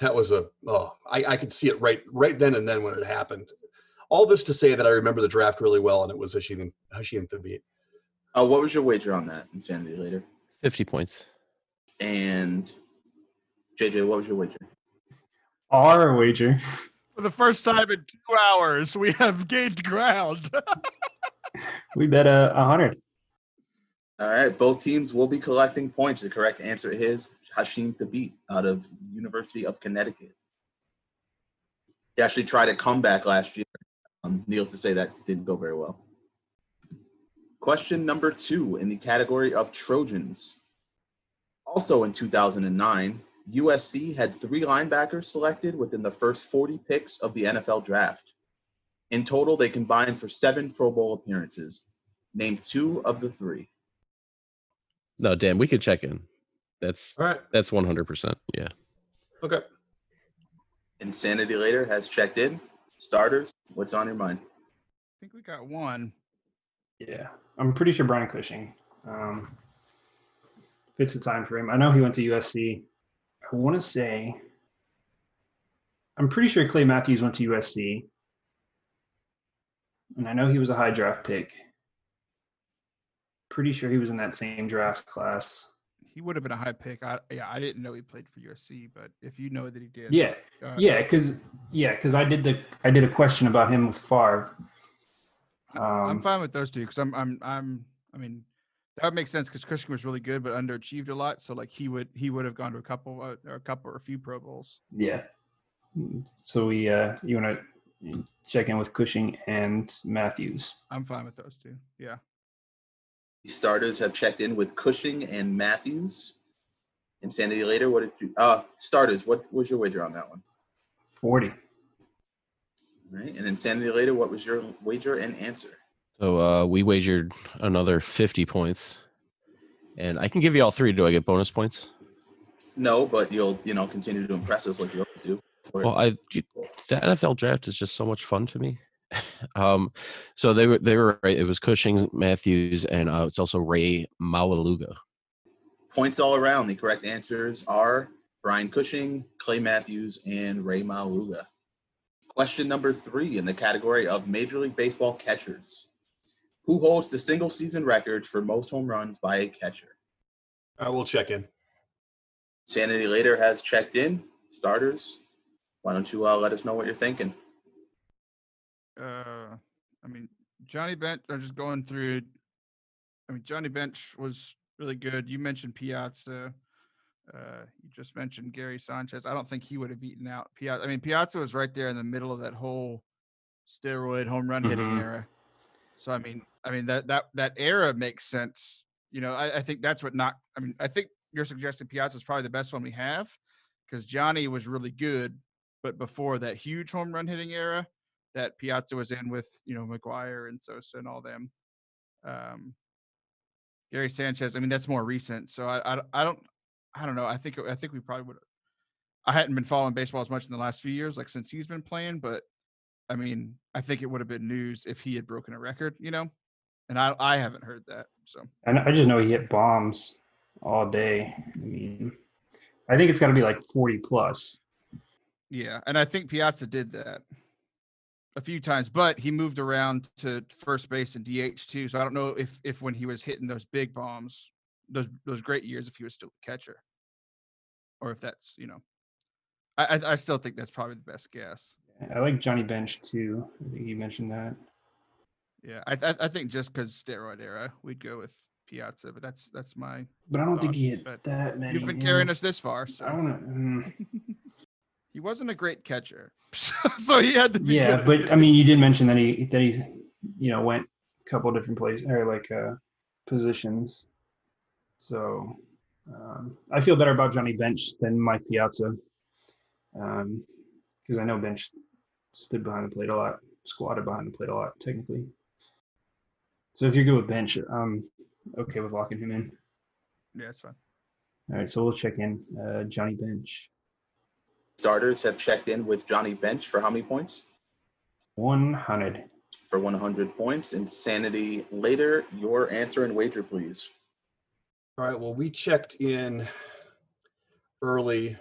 That was a oh, I, I could see it right right then and then when it happened. All this to say that I remember the draft really well, and it was Hashim Hashim Thabit. Uh, what was your wager on that? Insanity later. 50 points. And JJ, what was your wager? Our wager. For the first time in two hours, we have gained ground. We bet a hundred. All right, both teams will be collecting points. The correct answer is Hashim Tabit out of the University of Connecticut. He actually tried a comeback last year. Um, needless to say, that didn't go very well. Question number two in the category of Trojans. Also in 2009, USC had three linebackers selected within the first 40 picks of the NFL draft. In total, they combined for seven Pro Bowl appearances. Name two of the three. No, Dan, we could check in. That's All right. that's 100%. Yeah. Okay. Insanity later has checked in. Starters, what's on your mind? I think we got one. Yeah, I'm pretty sure Brian Cushing um, fits the time frame. I know he went to USC. I want to say, I'm pretty sure Clay Matthews went to USC, and I know he was a high draft pick. Pretty sure he was in that same draft class. He would have been a high pick. I yeah, I didn't know he played for USC, but if you know that he did, Yeah, uh, yeah, because yeah, because I did the I did a question about him with Favre. I- I'm Um, fine with those two because I'm I'm I'm I mean that would make sense because Cushing was really good but underachieved a lot. So like he would he would have gone to a couple uh, or a couple or a few Pro Bowls. Yeah. Mm, So we uh you want to check in with Cushing and Matthews. I'm fine with those two. Yeah. The starters have checked in with Cushing and Matthews. Insanity later, what did you uh starters, what was your wager on that one? 40. All Right? And insanity later, what was your wager and answer? So uh, we wagered another 50 points. And I can give you all three. Do I get bonus points? No, but you'll, you know, continue to impress us like you always do. For- Well, I you- the NFL draft is just so much fun to me. um, so they were they were right. It was Cushing, Matthews, and uh, it's also Ray Malaluga. Points all around. The correct answers are Brian Cushing, Clay Matthews, and Ray Maluga. Question number three in the category of Major League Baseball catchers. Who holds the single season record for most home runs by a catcher? I will check in. Sanity later has checked in. Starters, why don't you uh, let us know what you're thinking? Uh, I mean Johnny Bench. I'm just going through. I mean Johnny Bench was really good. You mentioned Piazza. Uh, you just mentioned Gary Sanchez. I don't think he would have beaten out Piazza. I mean Piazza was right there in the middle of that whole steroid home run hitting Mhm. era. So I mean, I mean that that that era makes sense. You know, I, I think that's what not. I mean, I think you're suggesting Piazza is probably the best one we have because Johnny was really good, but before that huge home run hitting era that Piazza was in with you know McGuire and Sosa and all them. Um, Gary Sanchez. I mean, that's more recent. So I, I d- I don't I don't know. I think I think we probably would. I hadn't been following baseball as much in the last few years, like since he's been playing, but I mean, I think it would have been news if he had broken a record, you know? And I I haven't heard that. So And I just know he hit bombs all day. I mean, I think it's got to be like 40 plus. yeah. And I think Piazza did that. a few times, but he moved around to first base and DH too. So I don't know if if when he was hitting those big bombs, those those great years, if he was still a catcher, or if that's you know, I I, I still think that's probably the best guess. I like Johnny Bench too. I think you mentioned that. Yeah, I I, I think just because steroid era, we'd go with Piazza, but that's that's my. But I don't think he hit But that many. You've been yeah. carrying us this far, so I mm. want to. he wasn't a great catcher, so he had to be. yeah, good. but I mean, you did mention that he that he's you know went a couple different places or like uh, positions. So um, I feel better about Johnny Bench than Mike Piazza because I know Bench stood behind the plate a lot, squatted behind the plate a lot technically. So if you're good with Bench, I'm okay with locking him in. yeah, it's fine. All right, so we'll check in uh, Johnny Bench Starters have checked in with Johnny Bench for how many points? 100. For 100 points. Insanity later. Your answer and wager, please. All right. Well, we checked in early,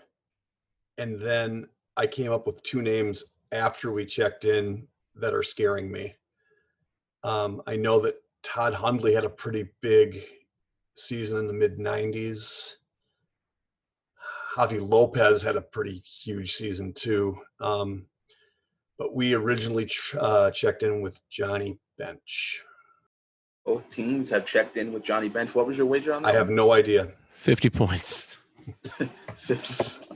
and then I came up with two names after we checked in that are scaring me. Um, I know that Todd Hundley had a pretty big season in the mid 90s. Javi Lopez had a pretty huge season too. Um, but we originally ch- uh, checked in with Johnny Bench. Both teams have checked in with Johnny Bench. What was your wager on that? I have no idea. 50 points. 50 points.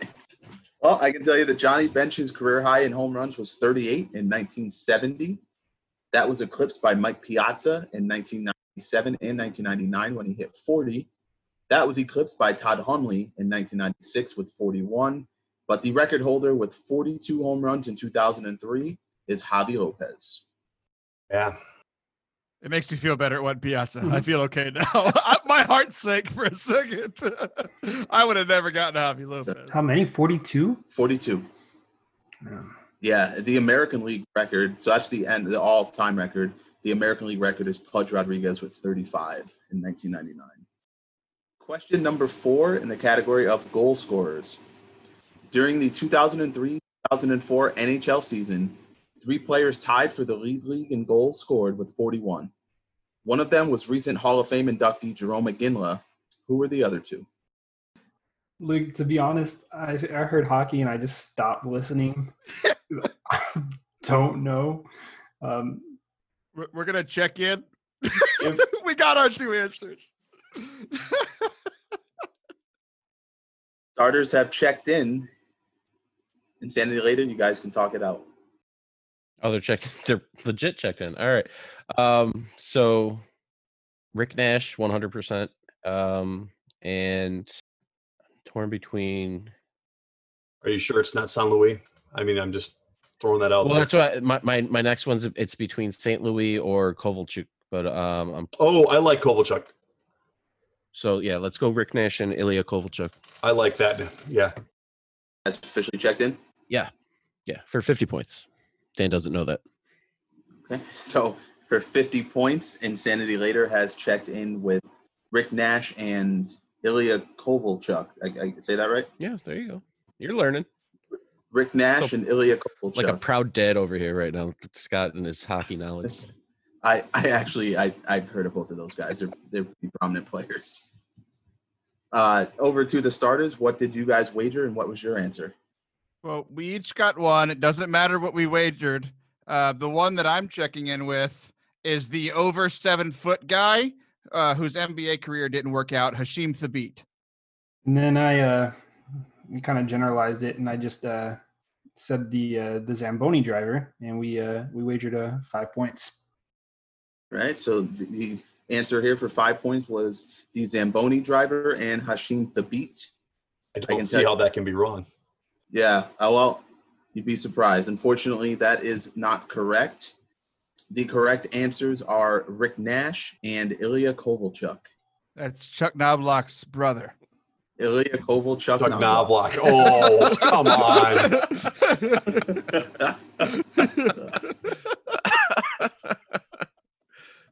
Well, I can tell you that Johnny Bench's career high in home runs was 38 in 1970. That was eclipsed by Mike Piazza in 1997 and 1999 when he hit 40. That was eclipsed by Todd Hunley in 1996 with 41. But the record holder with 42 home runs in 2003 is Javi Lopez. Yeah. It makes me feel better at one piazza. I feel okay now. I- My heart sank for a second. I would have never gotten Javi Lopez. How many? 42? 42. Yeah. Yeah, the American League record. So that's the end, the all-time record. The American League record is Pudge Rodriguez with 35 in 1999. Question number four in the category of goal scorers. During the 2003-2004 NHL season, three players tied for the lead league in goals scored with 41. One of them was recent Hall of Fame inductee Jerome Ginla. Who were the other two? Luke, to be honest, I I heard hockey and I just stopped listening. I don't know. Um, We're, we're gonna check in. we got our two answers. Starters have checked in. Insanity later, you guys can talk it out. Oh, they're checked. They're legit checked in. All right. Um, so Rick Nash, 100%. Um, and torn between. Are you sure it's not San Luis? I mean, I'm just throwing that out Well, there. that's why my, my, my next one's it's between St. Louis or Kovalchuk. But um, I'm oh, I like Kovalchuk. so yeah, let's go Rick Nash and Ilya Kovalchuk. I like that. Yeah. Has officially checked in. Yeah, for 50 points. Dan doesn't know that. Okay. So for 50 points, Insanity Later has checked in with Rick Nash and Ilya Kovalchuk. I, I say that right? Yeah, there you go. You're learning. Rick Nash So- and Ilya Kovalchuk. Like a proud dad over here right now, Scott and his hockey knowledge. I, I actually I I've heard of both of those guys. They're they're pretty prominent players. Uh, over to the starters. What did you guys wager, and what was your answer? Well, we each got one. It doesn't matter what we wagered. Uh, the one that I'm checking in with is the over seven foot guy uh, whose NBA career didn't work out, Hashim Thabit. and then I uh, kind of generalized it and I just uh, said the uh, the Zamboni driver and we uh, we wagered uh, five points. Right. So the, the answer here for five points was the Zamboni driver and Hashim Thabit. I don't can see tell- how that can be wrong. Yeah, uh, well, you'd be surprised. Unfortunately, that is not correct. The correct answers are Rick Nash and Ilya Kovalchuk. That's Chuck Knobloch's brother. Ilya Kovalchuk. Doug Knobloch. Knobloch. Oh, come on.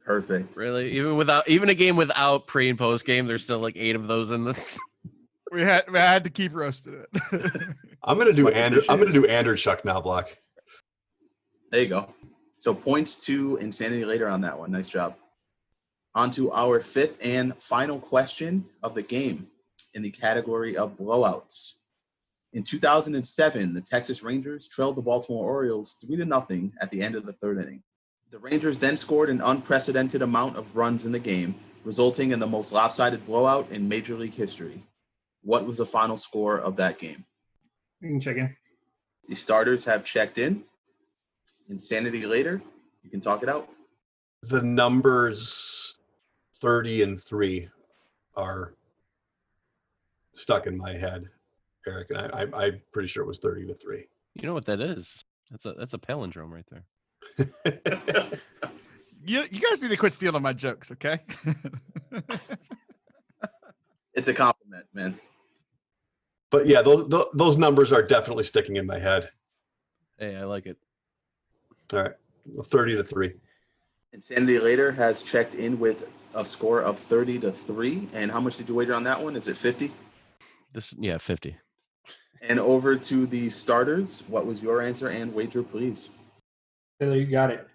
Perfect. Really? Even without even a game without pre and post game, there's still like eight of those in the we had we had to keep roasting it. I'm gonna do Much Andrew. I'm gonna appreciated. do Andrew Chuck Knobloch. There you go. So points to Insanity later on that one. Nice job. On to our fifth and final question of the game in the category of blowouts. In 2007, the Texas Rangers trailed the Baltimore Orioles 3 to nothing at the end of the third inning. The Rangers then scored an unprecedented amount of runs in the game, resulting in the most lopsided blowout in Major League history. What was the final score of that game? You can check in. The starters have checked in. Insanity later, you can talk it out. The numbers 30 and 3 are stuck in my head, Eric. And I, I, I'm pretty sure it was 30 to 3. You know what that is? That's a that's a palindrome right there. You, you guys need to quit stealing my jokes, okay? It's a compliment, man. but yeah, those, those, those numbers are definitely sticking in my head. Hey, I like it. All right. 30 to 3. Insanity later has checked in with a score of 30 to 3. And how much did you wager on that one? Is it 50? This yeah, 50. And over to the starters. What was your answer and wager, please? Taylor, you got it.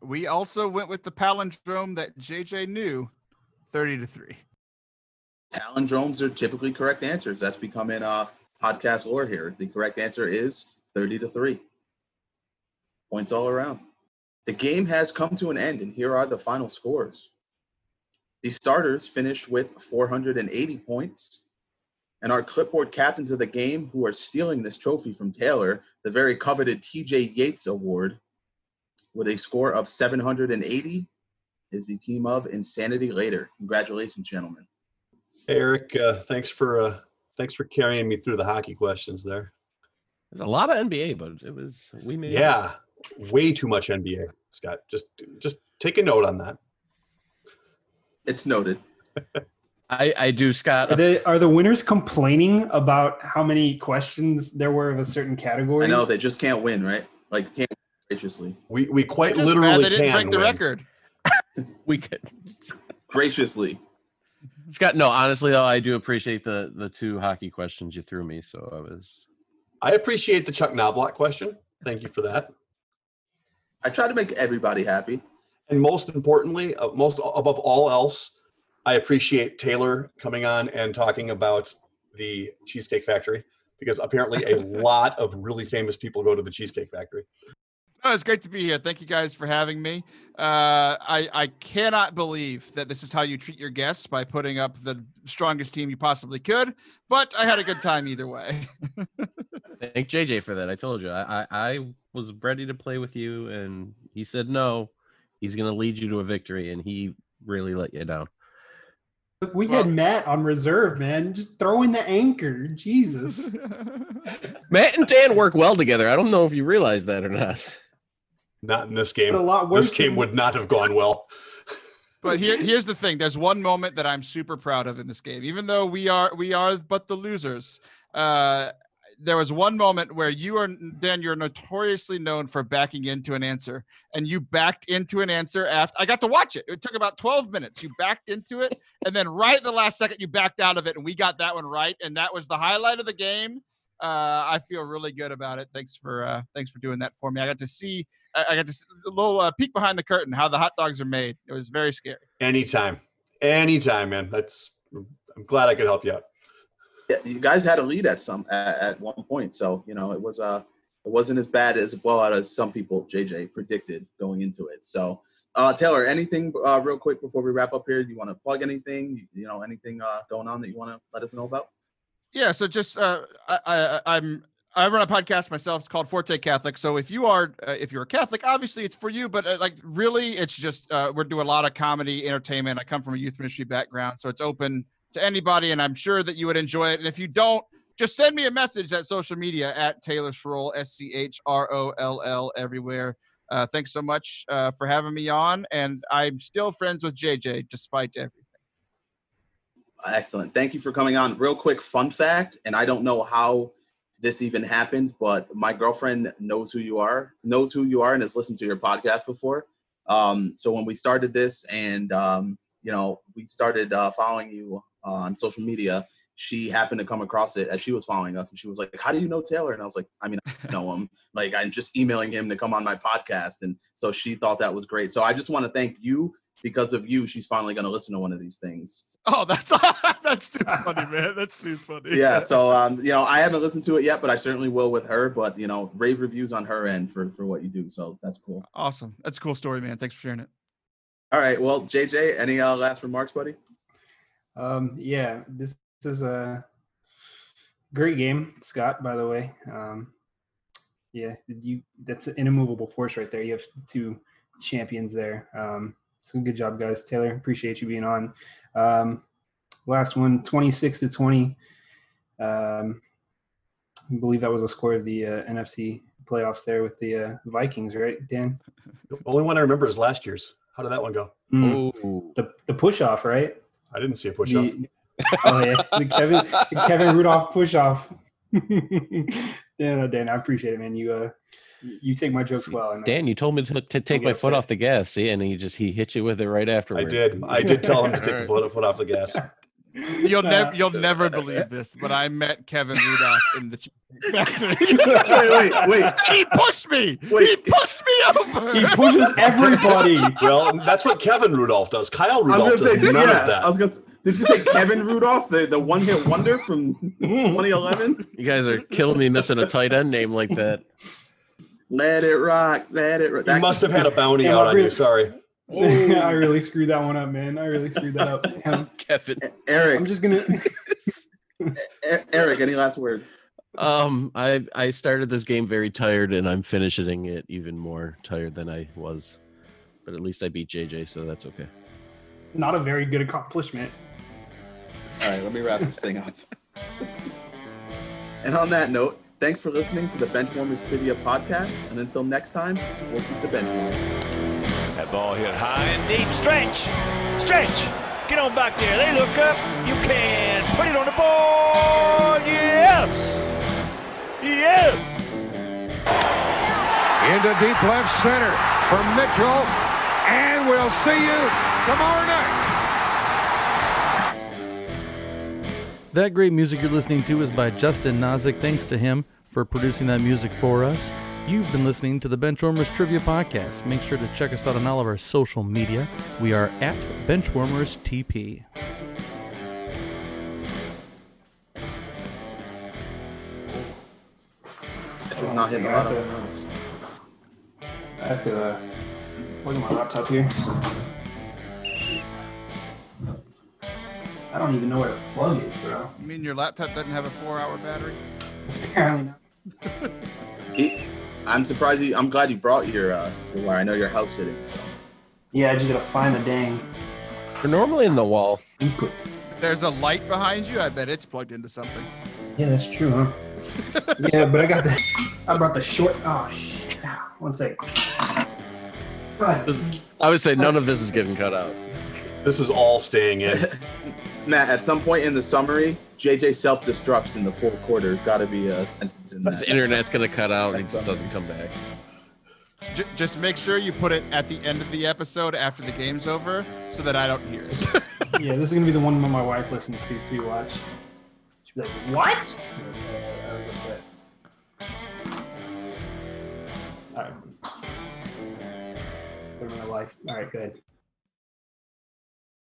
We also went with the palindrome that JJ knew 30 to 3. Palindromes are typically correct answers. That's becoming uh, podcast lore here. The correct answer is 30 to 3. Points all around. The game has come to an end, and here are the final scores. The starters finish with 480 points, and our clipboard captains of the game, who are stealing this trophy from Taylor, the very coveted TJ Yates Award, with a score of 780, is the team of Insanity Later. Congratulations, gentlemen. Eric, uh, thanks for uh, thanks for carrying me through the hockey questions there. There's a lot of NBA, but it was we made it. Yeah, way too much NBA, Scott. Just just take a note on that. It's noted. I, I do Scott. Are the, are the winners complaining about how many questions there were of a certain category? I know they just can't win, right? Like you can't win graciously. We we quite I'm just mad literally they didn't can break the win. record. we could Graciously. Scott, no, honestly though, I do appreciate the the two hockey questions you threw me. So I was I appreciate the Chuck Knoblock question. Thank you for that. I try to make everybody happy. And most importantly, uh, most above all else, I appreciate Taylor coming on and talking about the Cheesecake Factory because apparently a lot of really famous people go to the Cheesecake Factory. No, it's great to be here. Thank you guys for having me. Uh, I I cannot believe that this is how you treat your guests by putting up the strongest team you possibly could. But I had a good time either way. thank JJ for that. I told you. I, I I was ready to play with you and he said no. He's gonna lead you to a victory and he really let you down. Look, we Well- had Matt on reserve, man. Just throw in the anchor. Jesus. Matt and Dan work well together. I don't know if you realize that or not. Not in this But a game. lot worse. This game than- would not have gone well. But here, here's the thing. There's one moment that I'm super proud of in this game, even though we are we are but the losers. Uh, there was one moment where you are Dan. You're notoriously known for backing into an answer, and you backed into an answer after I got to watch it. It took about 12 minutes. You backed into it, and then right at the last second, you backed out of it, and we got that one right, and that was the highlight of the game. Uh, I feel really good about it. Thanks for uh, thanks for doing that for me. I got to see I, I got to s a little uh, peek behind the curtain how the hot dogs are made. It was very scary. Anytime. Anytime, man. That's I'm glad I could help you out. Yeah, you guys had a lead at some at, at one point, so you know it was uh it wasn't as bad as a blowout as some people JJ predicted going into it. So uh, Taylor, anything uh, real quick before we wrap up here? Do you want to plug anything? You, you know anything uh, going on that you want to let us know about? Yeah, so just uh, I, I I'm I run a podcast myself. It's called Forte Catholic. So if you are uh, if you're a Catholic, obviously it's for you. But uh, like really, it's just uh, we're doing a lot of comedy, entertainment. I come from a youth ministry background, so it's open to anybody, and I'm sure that you would enjoy it. And if you don't, just send me a message at social media at Taylor Schroll S C H R O L L everywhere. Uh, thanks so much uh, for having me on, and I'm still friends with JJ despite everything. Excellent. Thank you for coming on. Real quick fun fact, and I don't know how this even happens, but my girlfriend knows who you are, knows who you are, and has listened to your podcast before. Um, so when we started this, and um, you know, we started uh, following you on social media, she happened to come across it as she was following us and she was like how do you know taylor and i was like i mean i know him like i'm just emailing him to come on my podcast and so she thought that was great so i just want to thank you because of you she's finally going to listen to one of these things Oh, that's that's too funny, man. That's too funny. yeah so um you know i haven't listened to it yet but i certainly will with her but you know rave reviews on her end for for what you do so that's cool Awesome. That's a cool story, man. Thanks for sharing it. all right well jj any uh, last remarks buddy Um, yeah, this is a great game, Scott. By the way, um, yeah, you that's an immovable force right there. You have two champions there. Um, so good job, guys. Taylor, appreciate you being on. Um, last one, 26 to 20. Um, I believe that was a score of the uh, NFC playoffs there with the uh, Vikings, right, Dan? The only one I remember is last year's. How did that one go? Mm, Oh, The the push off, right? I didn't see a push up. The- oh yeah, the Kevin the Kevin Rudolph push off. Dan, oh, Dan, I appreciate it, man. You uh, you take my jokes well. And Dan, you told me to, to take get my foot upset. off the gas, see, and he just he hit you with it right I afterwards. did. I did tell him to take the Alright. foot foot off the gas. You'll Uh, never you'll never believe this, but I met Kevin Rudolph in the cheese factory. wait, wait, wait. And he pushed me. He Wait. pushed me over. He pushes everybody. Well, that's what Kevin Rudolph does. Kyle Rudolph does none of I that. was gonna. Did you say Kevin Rudolph, the, the one hit wonder from Mm-hmm. 2011? You guys are killing me missing a tight end name like that. Let it rock. Let it rock. He must have had a bounty Yeah, out on you. really- Sorry. Oh. I really screwed that one up, man. I really screwed that up. Um, Kevin. I'm Eric. just gonna. E- Eric. Any last words? Um, I I started this game very tired, and I'm finishing it even more tired than I was. But at least I beat JJ, so that's okay. Not a very good accomplishment. All right, let me wrap this thing up. and on that note, thanks for listening to the Benchwarmers Trivia podcast. And until next time, we'll keep the bench warm. That ball hit high and deep. Stretch. Stretch. Get on back there. They look up. You can put it on the board. Yes. Yes. into deep left center for Mitchell, and we'll see you tomorrow night. That great music you're listening to is by Justin Nozick. Thanks to him for producing that music for us. You've been listening to the Benchwarmers Trivia Podcast. Make sure to check us out on all of our social media. We are at Benchwarmers TP. Catcher's not hitting a lot of home runs. I have to uh, plug in my laptop here. I don't even know where to plug it, bro. I mean, your laptop doesn't have a four-hour battery. Apparently not. He- I'm surprised. You, I'm glad you brought your, uh, your wire. I know your house sitting. So. Yeah, I just gotta find the dang We're normally in the wall. input. There's a light behind you. I bet it's plugged into something. Yeah, that's true, huh? yeah, but I got the I brought the short. Oh shit! Ah, One sec. God. This- I would say none of this is getting cut out. This is all staying in. Matt, at some point in the summary, JJ self destructs in the fourth quarter. There's got to be a sentence in The that. internet's gonna cut out, and it just doesn't come back. J- just make sure you put it at the end of the episode after the game's over, so that I don't hear it. Yeah, this is gonna be the one my my wife listens to too. Watch. She'll be like, "What?" Yeah, I was like that. All right. Put 'em in her life. All right, good.